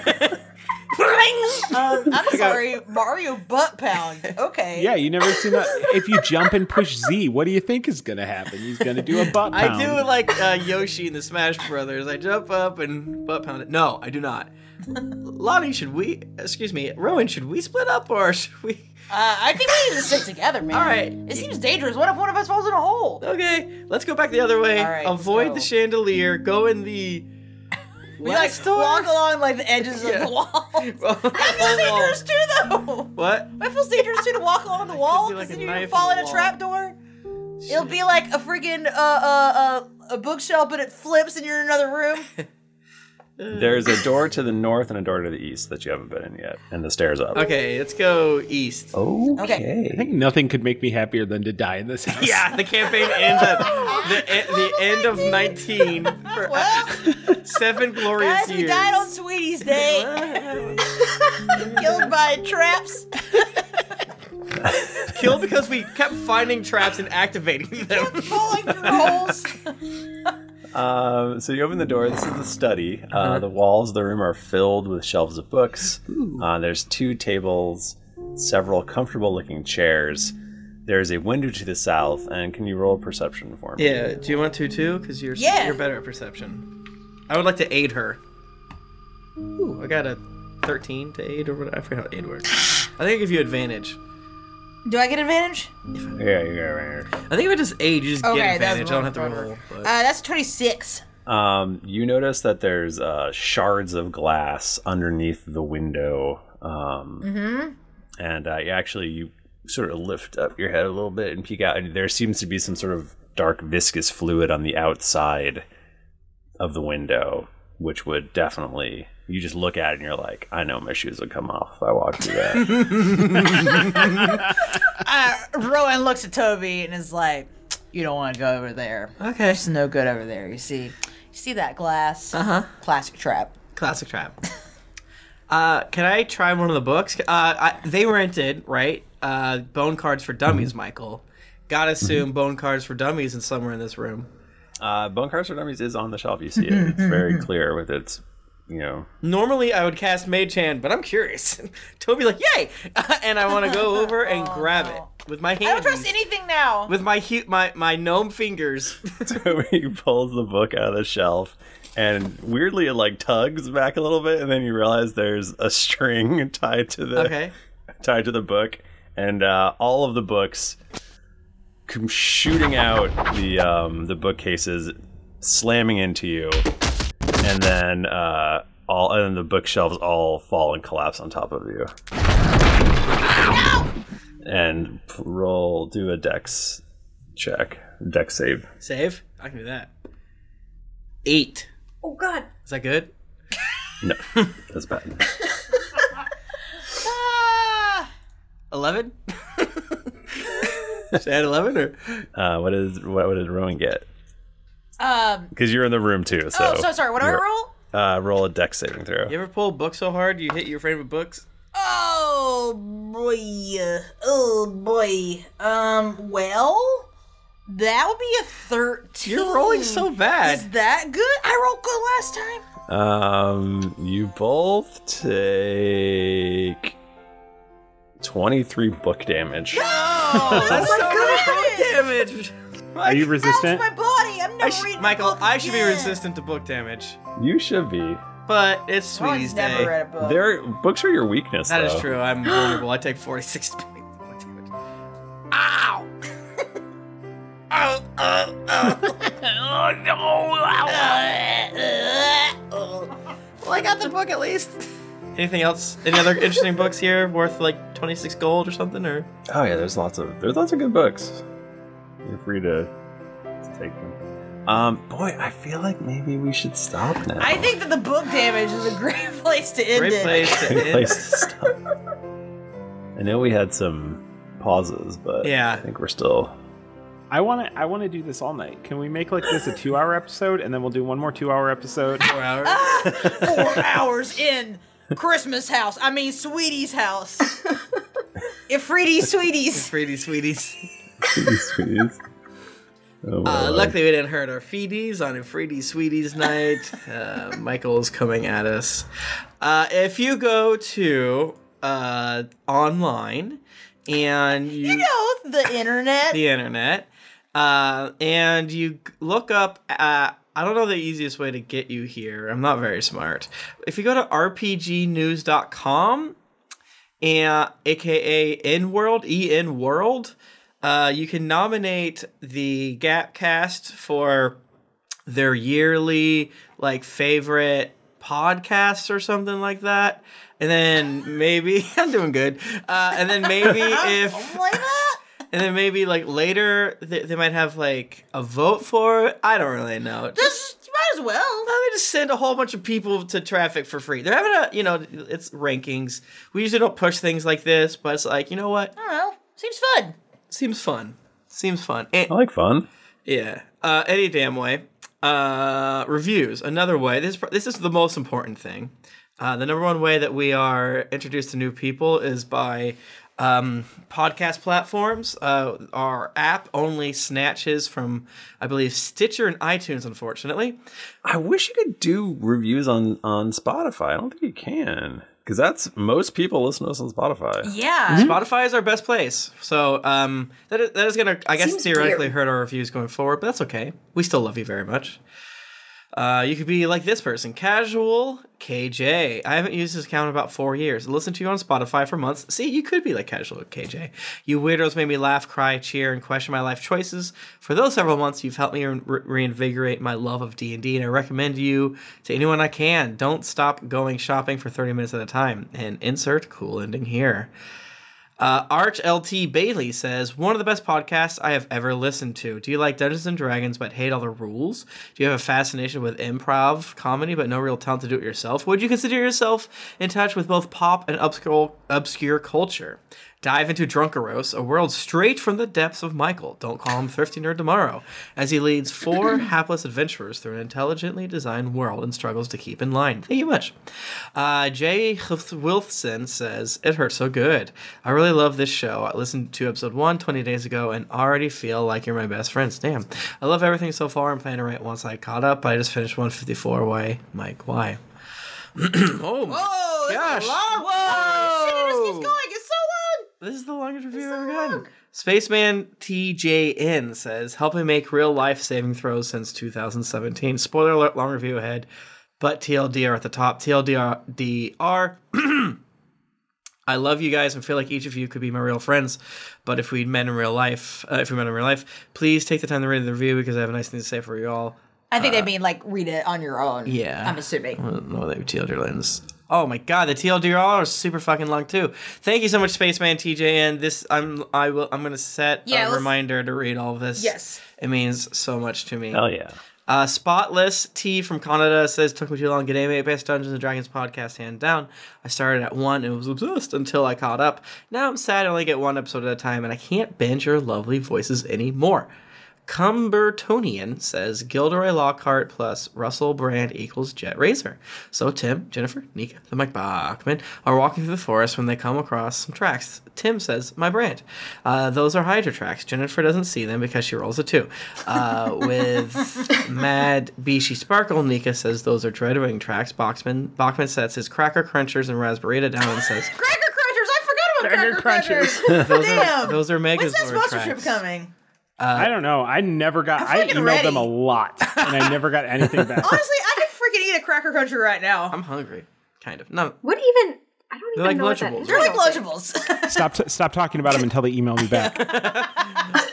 [SPEAKER 3] Um, I'm
[SPEAKER 2] I got-
[SPEAKER 3] sorry, Mario butt pound. [laughs]
[SPEAKER 4] [laughs]
[SPEAKER 3] Oh, Okay.
[SPEAKER 2] yeah, you never seen that. If you jump and push Z, what do you think is gonna happen? He's gonna do a butt pound.
[SPEAKER 4] I do it like uh, Yoshi in the Smash Brothers. I jump up and butt pound it. No, I do not. Lonnie, should we? Excuse me, Rowan, should we split up or [laughs] should we?
[SPEAKER 3] Uh, I think we need to stick together, man.
[SPEAKER 4] All right.
[SPEAKER 3] It seems dangerous. What if one of us falls in a hole?
[SPEAKER 4] Okay, let's go back the other way.
[SPEAKER 3] All right, let's
[SPEAKER 4] Avoid
[SPEAKER 3] go.
[SPEAKER 4] the chandelier. Go in the.
[SPEAKER 3] We like walk along like the edges of
[SPEAKER 4] Yeah. [laughs]
[SPEAKER 3] the wall. that feels dangerous too, though.
[SPEAKER 4] What?
[SPEAKER 3] That feels dangerous too to walk
[SPEAKER 4] [laughs]
[SPEAKER 3] along the wall
[SPEAKER 4] be
[SPEAKER 3] because
[SPEAKER 4] like a
[SPEAKER 3] then you're
[SPEAKER 4] knife in
[SPEAKER 3] gonna fall
[SPEAKER 4] the
[SPEAKER 3] in a
[SPEAKER 4] wall.
[SPEAKER 3] trapdoor. It'll be like a freaking uh, uh, uh, a bookshelf, but it flips and you're in another
[SPEAKER 4] [laughs]
[SPEAKER 3] room.
[SPEAKER 1] There's a door to the north and a door to the east that you haven't been in yet, and the stairs up.
[SPEAKER 4] Okay, let's go east.
[SPEAKER 1] Okay.
[SPEAKER 2] I think nothing could make me happier than to die in this house.
[SPEAKER 4] Yeah, the campaign ends at the, e- the end of 19 for
[SPEAKER 3] [laughs]
[SPEAKER 4] seven glorious
[SPEAKER 3] Guys, we
[SPEAKER 4] years.
[SPEAKER 3] died on
[SPEAKER 4] [laughs]
[SPEAKER 3] Sweetie's Day. [laughs] Killed by traps.
[SPEAKER 4] Killed because we kept finding traps and activating them.
[SPEAKER 3] Falling through holes.
[SPEAKER 1] Um, so you open the door. This is the study. Uh,
[SPEAKER 4] Uh-huh.
[SPEAKER 1] The walls of the room are filled with shelves of books. Uh, there's two tables, several comfortable-looking chairs, There is a window to the south, and can you roll a perception for me?
[SPEAKER 4] Yeah. Do you want to too? Because you're
[SPEAKER 3] Yeah.
[SPEAKER 4] you're better at perception. I would like to aid her. Ooh, I got a thirteen to aid or what? I forget how aid works. I think I give you advantage.
[SPEAKER 3] Do I get advantage?
[SPEAKER 1] Yeah, you got it right
[SPEAKER 4] I think if I just aid, you just
[SPEAKER 3] Okay,
[SPEAKER 4] get
[SPEAKER 3] that's
[SPEAKER 4] advantage. I don't have to roll.
[SPEAKER 3] Uh,
[SPEAKER 4] But...
[SPEAKER 3] that's
[SPEAKER 4] [laughs]
[SPEAKER 3] 26.
[SPEAKER 1] here. Um, you notice that there's uh, shards of glass underneath the window. Um,
[SPEAKER 3] Mm-hmm.
[SPEAKER 1] and uh, you actually you sort of lift up your head a little bit and peek out and there seems to be some sort of dark viscous fluid on the outside of the window which would definitely you just look at it and you're like i know my shoes would come off if i walked through that
[SPEAKER 10] [laughs]
[SPEAKER 3] Uh, Rowan looks at Toby and is like, "You don't want to go over there. Okay, it's no good over there. You see, you see that glass?
[SPEAKER 4] Uh-huh.
[SPEAKER 3] Uh huh. Classic trap.
[SPEAKER 4] Classic trap. Uh, can I try one of the books? Uh, I, they rented, right? Uh, Bone Cards for
[SPEAKER 1] Mm-hmm.
[SPEAKER 4] Dummies, Michael. Gotta assume Bone Cards for Dummies is somewhere in this room.
[SPEAKER 1] Uh, Bone Cards for Dummies is on the shelf. You see it.
[SPEAKER 3] [laughs]
[SPEAKER 1] It's very clear with its you know
[SPEAKER 4] Normally, I would cast Mage Hand, but I'm curious. [laughs] Toby's like, "Yay!" [laughs] and I want to
[SPEAKER 3] [laughs]
[SPEAKER 4] go over and grab it with my hands.
[SPEAKER 3] I don't trust anything now.
[SPEAKER 4] with my hu- my my
[SPEAKER 1] [laughs]
[SPEAKER 4] gnome fingers. [laughs]
[SPEAKER 1] he pulls the book out of the shelf and weirdly it like tugs back a little bit and then you realize there's a string [laughs] tied to the
[SPEAKER 4] Okay.
[SPEAKER 1] [laughs] tied to the book and uh, all of the books come shooting out the um, the bookcases slamming into you and then uh, all and then the bookshelves all fall and collapse on top of you and p- roll do a dex check dex save
[SPEAKER 4] Save. I can do that. Eight.
[SPEAKER 5] Oh God.
[SPEAKER 4] Is that good? [laughs]
[SPEAKER 1] No, that's bad.
[SPEAKER 4] Eleven. Should I add eleven or?
[SPEAKER 1] Uh, what is what, what did Rowan get?
[SPEAKER 3] Um.
[SPEAKER 1] Because you're in the room too. So
[SPEAKER 3] oh, so sorry. What do I
[SPEAKER 1] you're-
[SPEAKER 3] roll?
[SPEAKER 1] Uh, roll a deck saving throw.
[SPEAKER 4] You ever pull a book so hard you hit your favorite books?
[SPEAKER 3] Oh boy. Oh boy. Um. Well, that would be a 13.
[SPEAKER 4] You're rolling so bad.
[SPEAKER 3] Is that good? I rolled good last time.
[SPEAKER 1] Um, you both take twenty-three book [gasps] damage.
[SPEAKER 3] Oh,
[SPEAKER 4] that's
[SPEAKER 3] my
[SPEAKER 4] so much
[SPEAKER 3] God.
[SPEAKER 4] damage.
[SPEAKER 1] Are you resistant?
[SPEAKER 3] My body. I'm
[SPEAKER 4] I
[SPEAKER 3] never
[SPEAKER 4] sh-
[SPEAKER 3] reading.
[SPEAKER 4] Michael, I should be resistant to book damage,
[SPEAKER 1] You should be.
[SPEAKER 4] but it's sweetie's
[SPEAKER 3] Rowan's Oh, never
[SPEAKER 4] day.
[SPEAKER 3] read a book.
[SPEAKER 1] There, books are your weakness.
[SPEAKER 4] That is
[SPEAKER 1] though.
[SPEAKER 4] true. I'm vulnerable. I take [laughs]
[SPEAKER 3] [laughs]
[SPEAKER 4] 46 points. Ow! oh, [laughs] oh, no!
[SPEAKER 3] Well, I got the book at least.
[SPEAKER 4] Anything else? Any other interesting books here worth like 26 gold or something? Or
[SPEAKER 1] Oh yeah, there's lots of there's lots of good books. You're free to, to take them. Um, boy, I feel like maybe we should stop now.
[SPEAKER 3] I think that the book damage is a great [laughs] place to end
[SPEAKER 1] Great
[SPEAKER 3] it.
[SPEAKER 1] place to Great end. place to I know we had some pauses, but
[SPEAKER 2] Yeah.
[SPEAKER 1] I think we're still.
[SPEAKER 2] I want to. I want to do this all night. Can we make like this a two-hour episode, and then we'll do one more two-hour
[SPEAKER 3] [laughs]
[SPEAKER 2] episode?
[SPEAKER 4] Four hours.
[SPEAKER 3] Four hours in Christmas house. I mean, sweetie's [laughs] house. [laughs] Ifriti sweeties.
[SPEAKER 4] [laughs] Pretty sweeties.
[SPEAKER 1] Oh, my
[SPEAKER 4] Uh,
[SPEAKER 1] lord.
[SPEAKER 4] luckily, we didn't hurt our feedies on Freedy Sweeties night. Uh, [laughs] Michael's coming at us. Uh, if you go to uh, online and you,
[SPEAKER 3] You know the internet.
[SPEAKER 4] the internet uh, and you g- look up, uh, I don't know the easiest way to get you here. I'm not very smart. If you go to rpgnews.com, and aka in world en world uh, you can nominate the gapcast for their yearly like favorite podcasts or something like that and then maybe [laughs] i'm doing good uh, and then maybe if and then maybe like later they, they might have like a vote for it i don't really know
[SPEAKER 3] Just you might as well.
[SPEAKER 4] let me just send a whole bunch of people to traffic for free. They're having a, you know, it's rankings. We usually don't push things like this, but it's like, you know what?
[SPEAKER 3] I don't know. Seems fun.
[SPEAKER 4] Seems fun. Seems fun. And,
[SPEAKER 1] I like fun.
[SPEAKER 4] Yeah. Uh, any damn way. Uh, reviews. Another way. This is pro- this is the most important thing. Uh, the number one way that we are introduced to new people is by um, podcast platforms. Uh, our app only snatches from, I believe, Stitcher and iTunes. Unfortunately,
[SPEAKER 1] I wish you could do reviews on on Spotify. I don't think you can. because that's most people listen to us on Spotify.
[SPEAKER 3] Yeah.
[SPEAKER 1] Hmm?
[SPEAKER 4] Spotify is our best place. So um, that is, that is going to, I guess,
[SPEAKER 3] Seems
[SPEAKER 4] theoretically
[SPEAKER 3] weird.
[SPEAKER 4] hurt our reviews going forward, but that's okay. We still love you very much. Uh, you could be like this person, casual KJ. I haven't used this account in about four years. Listen to you on Spotify for months. See, you could be like casual KJ. You weirdos made me laugh, cry, cheer, and question my life choices. For those several months, you've helped me re- reinvigorate my love of D and D, and I recommend you to anyone I can. Don't stop going shopping for thirty minutes at a time. And insert cool ending here. Uh, Arch LT Bailey says, one of the best podcasts I have ever listened to. Do you like Dungeons and Dragons but hate all the rules? Do you have a fascination with improv comedy but no real talent to do it yourself? Would you consider yourself in touch with both pop and obscure, obscure culture? Dive into Drunkaros, a world straight from the depths of Michael. Don't call him Thrifty Nerd tomorrow, as he leads four hapless adventurers through an intelligently designed world and struggles to keep in line. Thank you much. Uh, Jay Wilson says, It hurts so good. I really love this show. I listened to episode one 20 days ago and already feel like you're my best friends. Damn. I love everything so far and plan to write once I caught up, but I just finished 154. Why, Mike? Why? [clears throat] oh, my
[SPEAKER 3] Whoa,
[SPEAKER 4] gosh.
[SPEAKER 3] That's a long one. Shit, it just keeps going. It's so long.
[SPEAKER 4] This is the longest review I've ever gotten. Spaceman TJN says, helping make real life saving throws since 2017. Spoiler alert, long review ahead, but TLDR at the top. TLDR. [clears throat] I love you guys and feel like each of you could be my real friends. But if we met in real life, uh, if we met in real life, please take the time to read the review because I have a nice thing to say for you all.
[SPEAKER 3] I think
[SPEAKER 4] Uh,
[SPEAKER 3] they mean like read it on your own.
[SPEAKER 4] yeah.
[SPEAKER 3] I'm assuming.
[SPEAKER 4] I don't know what that TLDR lens. Oh my god, the TLDR is super fucking long too. Thank you so much, Spaceman TJ. And this, I'm I will I'm gonna set
[SPEAKER 3] Yeah,
[SPEAKER 4] a
[SPEAKER 3] let's-
[SPEAKER 4] reminder to read all of this.
[SPEAKER 3] Yes.
[SPEAKER 4] it means so much to me.
[SPEAKER 1] Hell yeah.
[SPEAKER 4] Uh, Spotless T from Canada says, Took me too long to get anime. Best Dungeons and Dragons podcast, hand down. I started at one and was obsessed until I caught up. Now I'm sad I only get one episode at a time and I can't binge your lovely voices anymore. Cumbertonian says, Gilderoy Lockhart plus Russell Brand equals Jet Razor. So Tim, Jennifer, Nika, and Mike Bachman are walking through the forest when they come across some tracks. Tim says, My brand. Uh, those are Hydra tracks. Jennifer doesn't see them because she rolls a two.
[SPEAKER 8] [laughs]
[SPEAKER 4] Uh, with [laughs] Mad Bishi Sparkle, Nika says, Those are Dreadwing tracks. Bachman, Bachman sets his Cracker Crunchers and Rasburita down and says,
[SPEAKER 3] Cracker Crunchers. I forgot about Cracker Crunchers.
[SPEAKER 4] [laughs] those
[SPEAKER 3] Damn.
[SPEAKER 4] are, those are Mega's
[SPEAKER 3] When's that
[SPEAKER 4] [laughs]
[SPEAKER 3] sponsorship coming?
[SPEAKER 4] Uh,
[SPEAKER 2] I don't know. I never got. I
[SPEAKER 3] fucking
[SPEAKER 2] emailed them a
[SPEAKER 3] ready.
[SPEAKER 2] lot, and I never got anything
[SPEAKER 4] [laughs]
[SPEAKER 2] back.
[SPEAKER 3] Honestly, I could freaking eat a Cracker Cruncher right now.
[SPEAKER 4] I'm hungry. Kind of. No,
[SPEAKER 5] What even? I don't
[SPEAKER 4] They're
[SPEAKER 5] even
[SPEAKER 4] like
[SPEAKER 5] know what that
[SPEAKER 4] Lunchables,
[SPEAKER 5] is.
[SPEAKER 4] They're
[SPEAKER 3] like Lunchables. [laughs]
[SPEAKER 2] Stop. T- stop talking about them until they
[SPEAKER 4] [laughs]
[SPEAKER 2] email me back.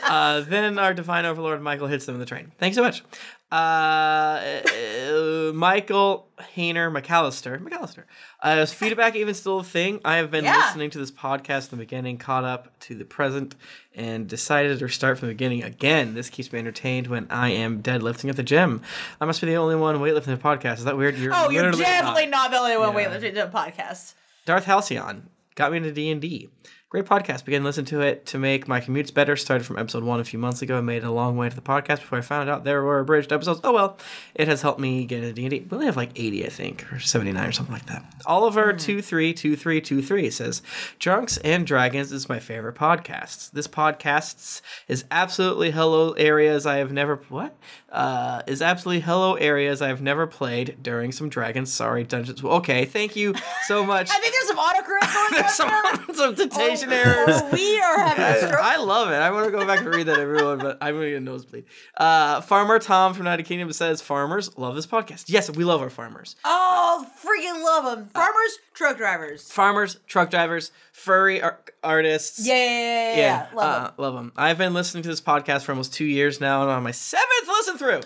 [SPEAKER 4] uh, then our divine overlord Michael hits them in the train. Thanks so much. Uh, uh, Michael Hayner McAllister. McAllister. Uh, is feedback even still a thing? I have been
[SPEAKER 3] Yeah.
[SPEAKER 4] listening to this podcast from the beginning, caught up to the present, and decided to start from the beginning again. This keeps me entertained when I am deadlifting at the gym. I must be the only one weightlifting the podcast. Is that weird? You're
[SPEAKER 3] oh, you're
[SPEAKER 4] literally not.
[SPEAKER 3] definitely not, the only one weightlifting to a podcast.
[SPEAKER 4] Darth Halcyon got me into D and D. Great podcast. Began listening to it to make my commutes better. Started from episode one a few months ago. and made it a long way to the podcast before I found out there were abridged episodes. Oh well, it has helped me get into D and D. We only have like eighty, I think, or seventy nine or something like that. Oliver two three two three two three says, "Drunks and Dragons is my favorite podcast. This podcast is absolutely hello areas I have never what uh, is absolutely hello areas I have never played during some dragons. Sorry, dungeons. Okay, thank you so much."
[SPEAKER 3] I think there's some autocorrect going
[SPEAKER 4] [laughs] There's some, some dictation errors.
[SPEAKER 3] Oh, we are
[SPEAKER 4] [laughs]
[SPEAKER 3] having a stroke.
[SPEAKER 4] I love it. I want to go back and read that, everyone, but I'm going to get a nosebleed. Uh, Farmer Tom from United Kingdom says, Farmers love this podcast. Yes, we love our farmers.
[SPEAKER 3] Oh, freaking love them.
[SPEAKER 4] Uh,
[SPEAKER 3] Farmers, truck drivers.
[SPEAKER 4] Farmers, truck drivers, furry ar- artists.
[SPEAKER 3] Yeah, yeah, yeah, yeah, yeah. Love 'em.
[SPEAKER 4] uh, love them. I've been listening to this podcast for almost two years now, and I'm on my seventh listen through.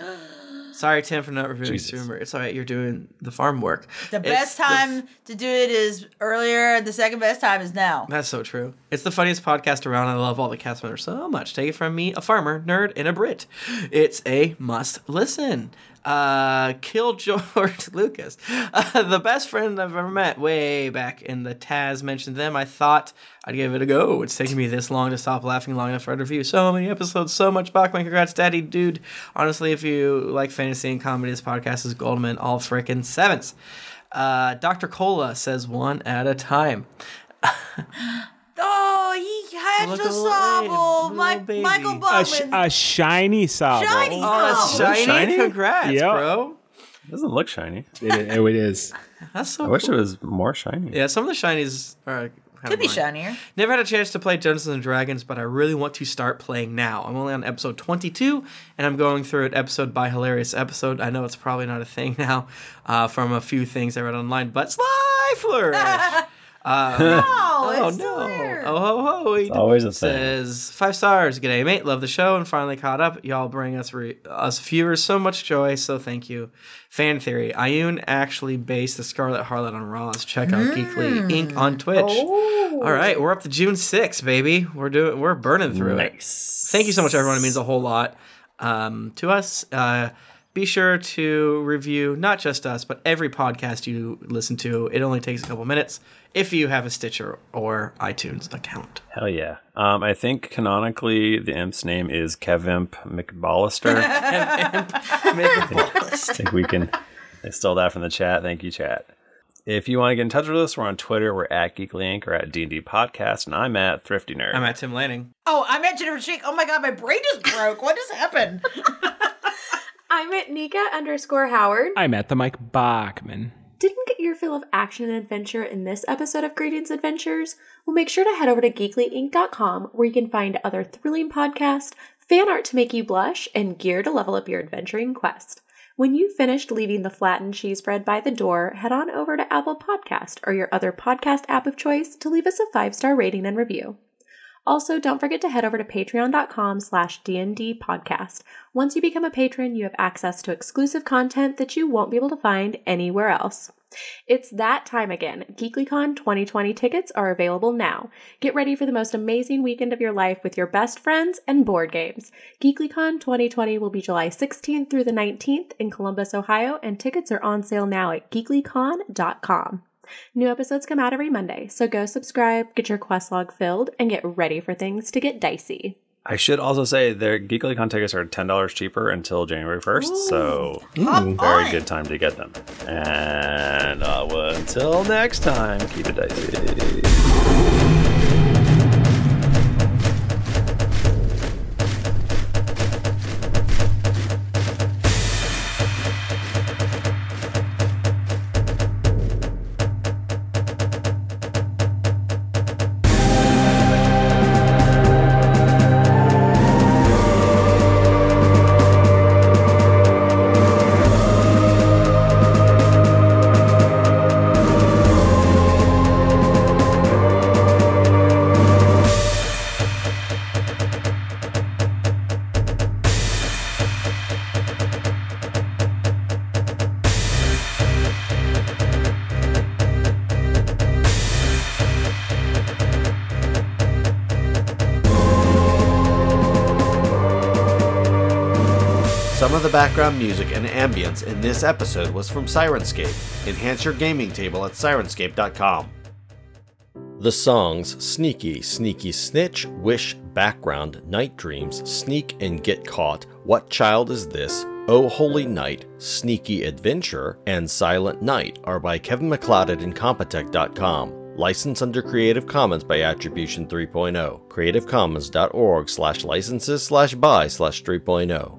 [SPEAKER 4] Sorry, Tim, for not reviewing
[SPEAKER 1] Jesus.
[SPEAKER 4] Super. It's all right. You're doing the farm work.
[SPEAKER 3] The
[SPEAKER 4] It's
[SPEAKER 3] best time to do it is earlier, and the second best time is now.
[SPEAKER 4] That's so true. It's the funniest podcast around. I love all the cast members so much. Take it from me, a farmer, nerd, and a Brit. It's a must listen. Uh, Kill George [laughs] Lucas, uh, the best friend I've ever met. Way back in the Taz mentioned them. I thought I'd give it a go. It's taken me this long to stop laughing long enough for a review. So many episodes, so much Bachman. Congrats, Daddy, dude. Honestly, if you like fantasy and comedy, this podcast is Goldman all frickin' sevens. Uh, Dr. Cola says one at a time.
[SPEAKER 3] Oh, he had
[SPEAKER 4] Look
[SPEAKER 3] to
[SPEAKER 4] at the
[SPEAKER 3] sobble.
[SPEAKER 4] little
[SPEAKER 3] Mi-
[SPEAKER 4] baby.
[SPEAKER 3] Michael
[SPEAKER 2] a,
[SPEAKER 3] Baldwin.
[SPEAKER 2] sh- a shiny sob.
[SPEAKER 3] Shiny
[SPEAKER 4] Oh, that's
[SPEAKER 3] sob.
[SPEAKER 4] shiny. Congrats,
[SPEAKER 2] Yep.
[SPEAKER 4] bro.
[SPEAKER 1] doesn't look shiny.
[SPEAKER 2] It, it is.
[SPEAKER 4] [laughs] That's so
[SPEAKER 1] I wish
[SPEAKER 4] cool.
[SPEAKER 1] it was more shiny.
[SPEAKER 4] Yeah, some of the shinies are.
[SPEAKER 3] Could be shinier.
[SPEAKER 4] Never had a chance to play Dungeons and Dragons, but I really want to start playing now. I'm only on episode 22, and I'm going through it episode by hilarious episode. I know it's probably not a thing [laughs] now uh, from a few things I read online, but
[SPEAKER 3] [laughs]
[SPEAKER 4] Sly Flourish! uh, oh,
[SPEAKER 3] it's
[SPEAKER 4] no. Oh, ho, ho. He
[SPEAKER 1] always a thing.
[SPEAKER 4] says, five stars. G'day, mate. Love the show and finally caught up. Y'all bring us re- us viewers so much joy, so thank you. Fan theory. Ayun actually based the Scarlet Harlot on Roz. Check out Geekly Inc.
[SPEAKER 3] Mm.
[SPEAKER 4] on Twitch.
[SPEAKER 3] Oh.
[SPEAKER 4] All right, we're up to June 6th, baby. We're doing we're burning through it. Thank you so much, everyone. It means a whole lot um, to us. Uh, be sure to review not just us, but every podcast you listen to. It only takes a couple minutes if you have a Stitcher or iTunes account.
[SPEAKER 1] Hell yeah. Um, I think canonically the imp's name is Kevimp
[SPEAKER 4] [laughs]
[SPEAKER 1] McBallister. I think we can. I stole that from the chat. Thank you, chat. If you want to get in touch with us, we're on Twitter. We're at Geekly Inc. or at D&D Podcast, and I'm at Thrifty Nerd.
[SPEAKER 4] I'm at Tim Lanning.
[SPEAKER 3] Oh, I'm at Jennifer Cheek. Oh my god, my brain just broke. What just happened?
[SPEAKER 5] I'm at Nika underscore Howard.
[SPEAKER 2] I'm at the Mike Bachman.
[SPEAKER 5] Didn't get your fill of action and adventure in this episode of Greetings Adventures? Well, make sure to head over to geeklyinc.com where you can find other thrilling podcasts, fan art to make you blush, and gear to level up your adventuring quest. When you've finished leaving the flattened cheese bread by the door, head on over to Apple Podcast or your other podcast app of choice to leave us a five-star rating and review. Also, don't forget to head over to patreon.com slash dnd podcast. Once you become a patron, you have access to exclusive content that you won't be able to find anywhere else. It's that time again. GeeklyCon 2020 tickets are available now. Get ready for the most amazing weekend of your life with your best friends and board games. GeeklyCon 2020 will be July 16th through the 19th in Columbus, Ohio, and tickets are on sale now at geeklycon.com. New episodes come out every Monday, so go subscribe, get your quest log filled, and get ready for things to get dicey.
[SPEAKER 1] I should also say their GeeklyCon tickets are ten dollars cheaper until January first, so
[SPEAKER 3] Ooh.
[SPEAKER 1] very good time to get them. And uh, well, until next time, keep it dicey.
[SPEAKER 11] Some of the background music and ambience in this episode was from Sirenscape. Enhance your gaming table at sirenscape.com. The songs Sneaky, Sneaky Snitch, Wish, Background, Night Dreams, Sneak and Get Caught, What Child Is This, Oh Holy Night, Sneaky Adventure, and Silent Night are by Kevin McLeod at Incompetech.com. Licensed under Creative Commons by Attribution oh. 3.0. CreativeCommons.org slash licenses slash buy slash oh. 3.0.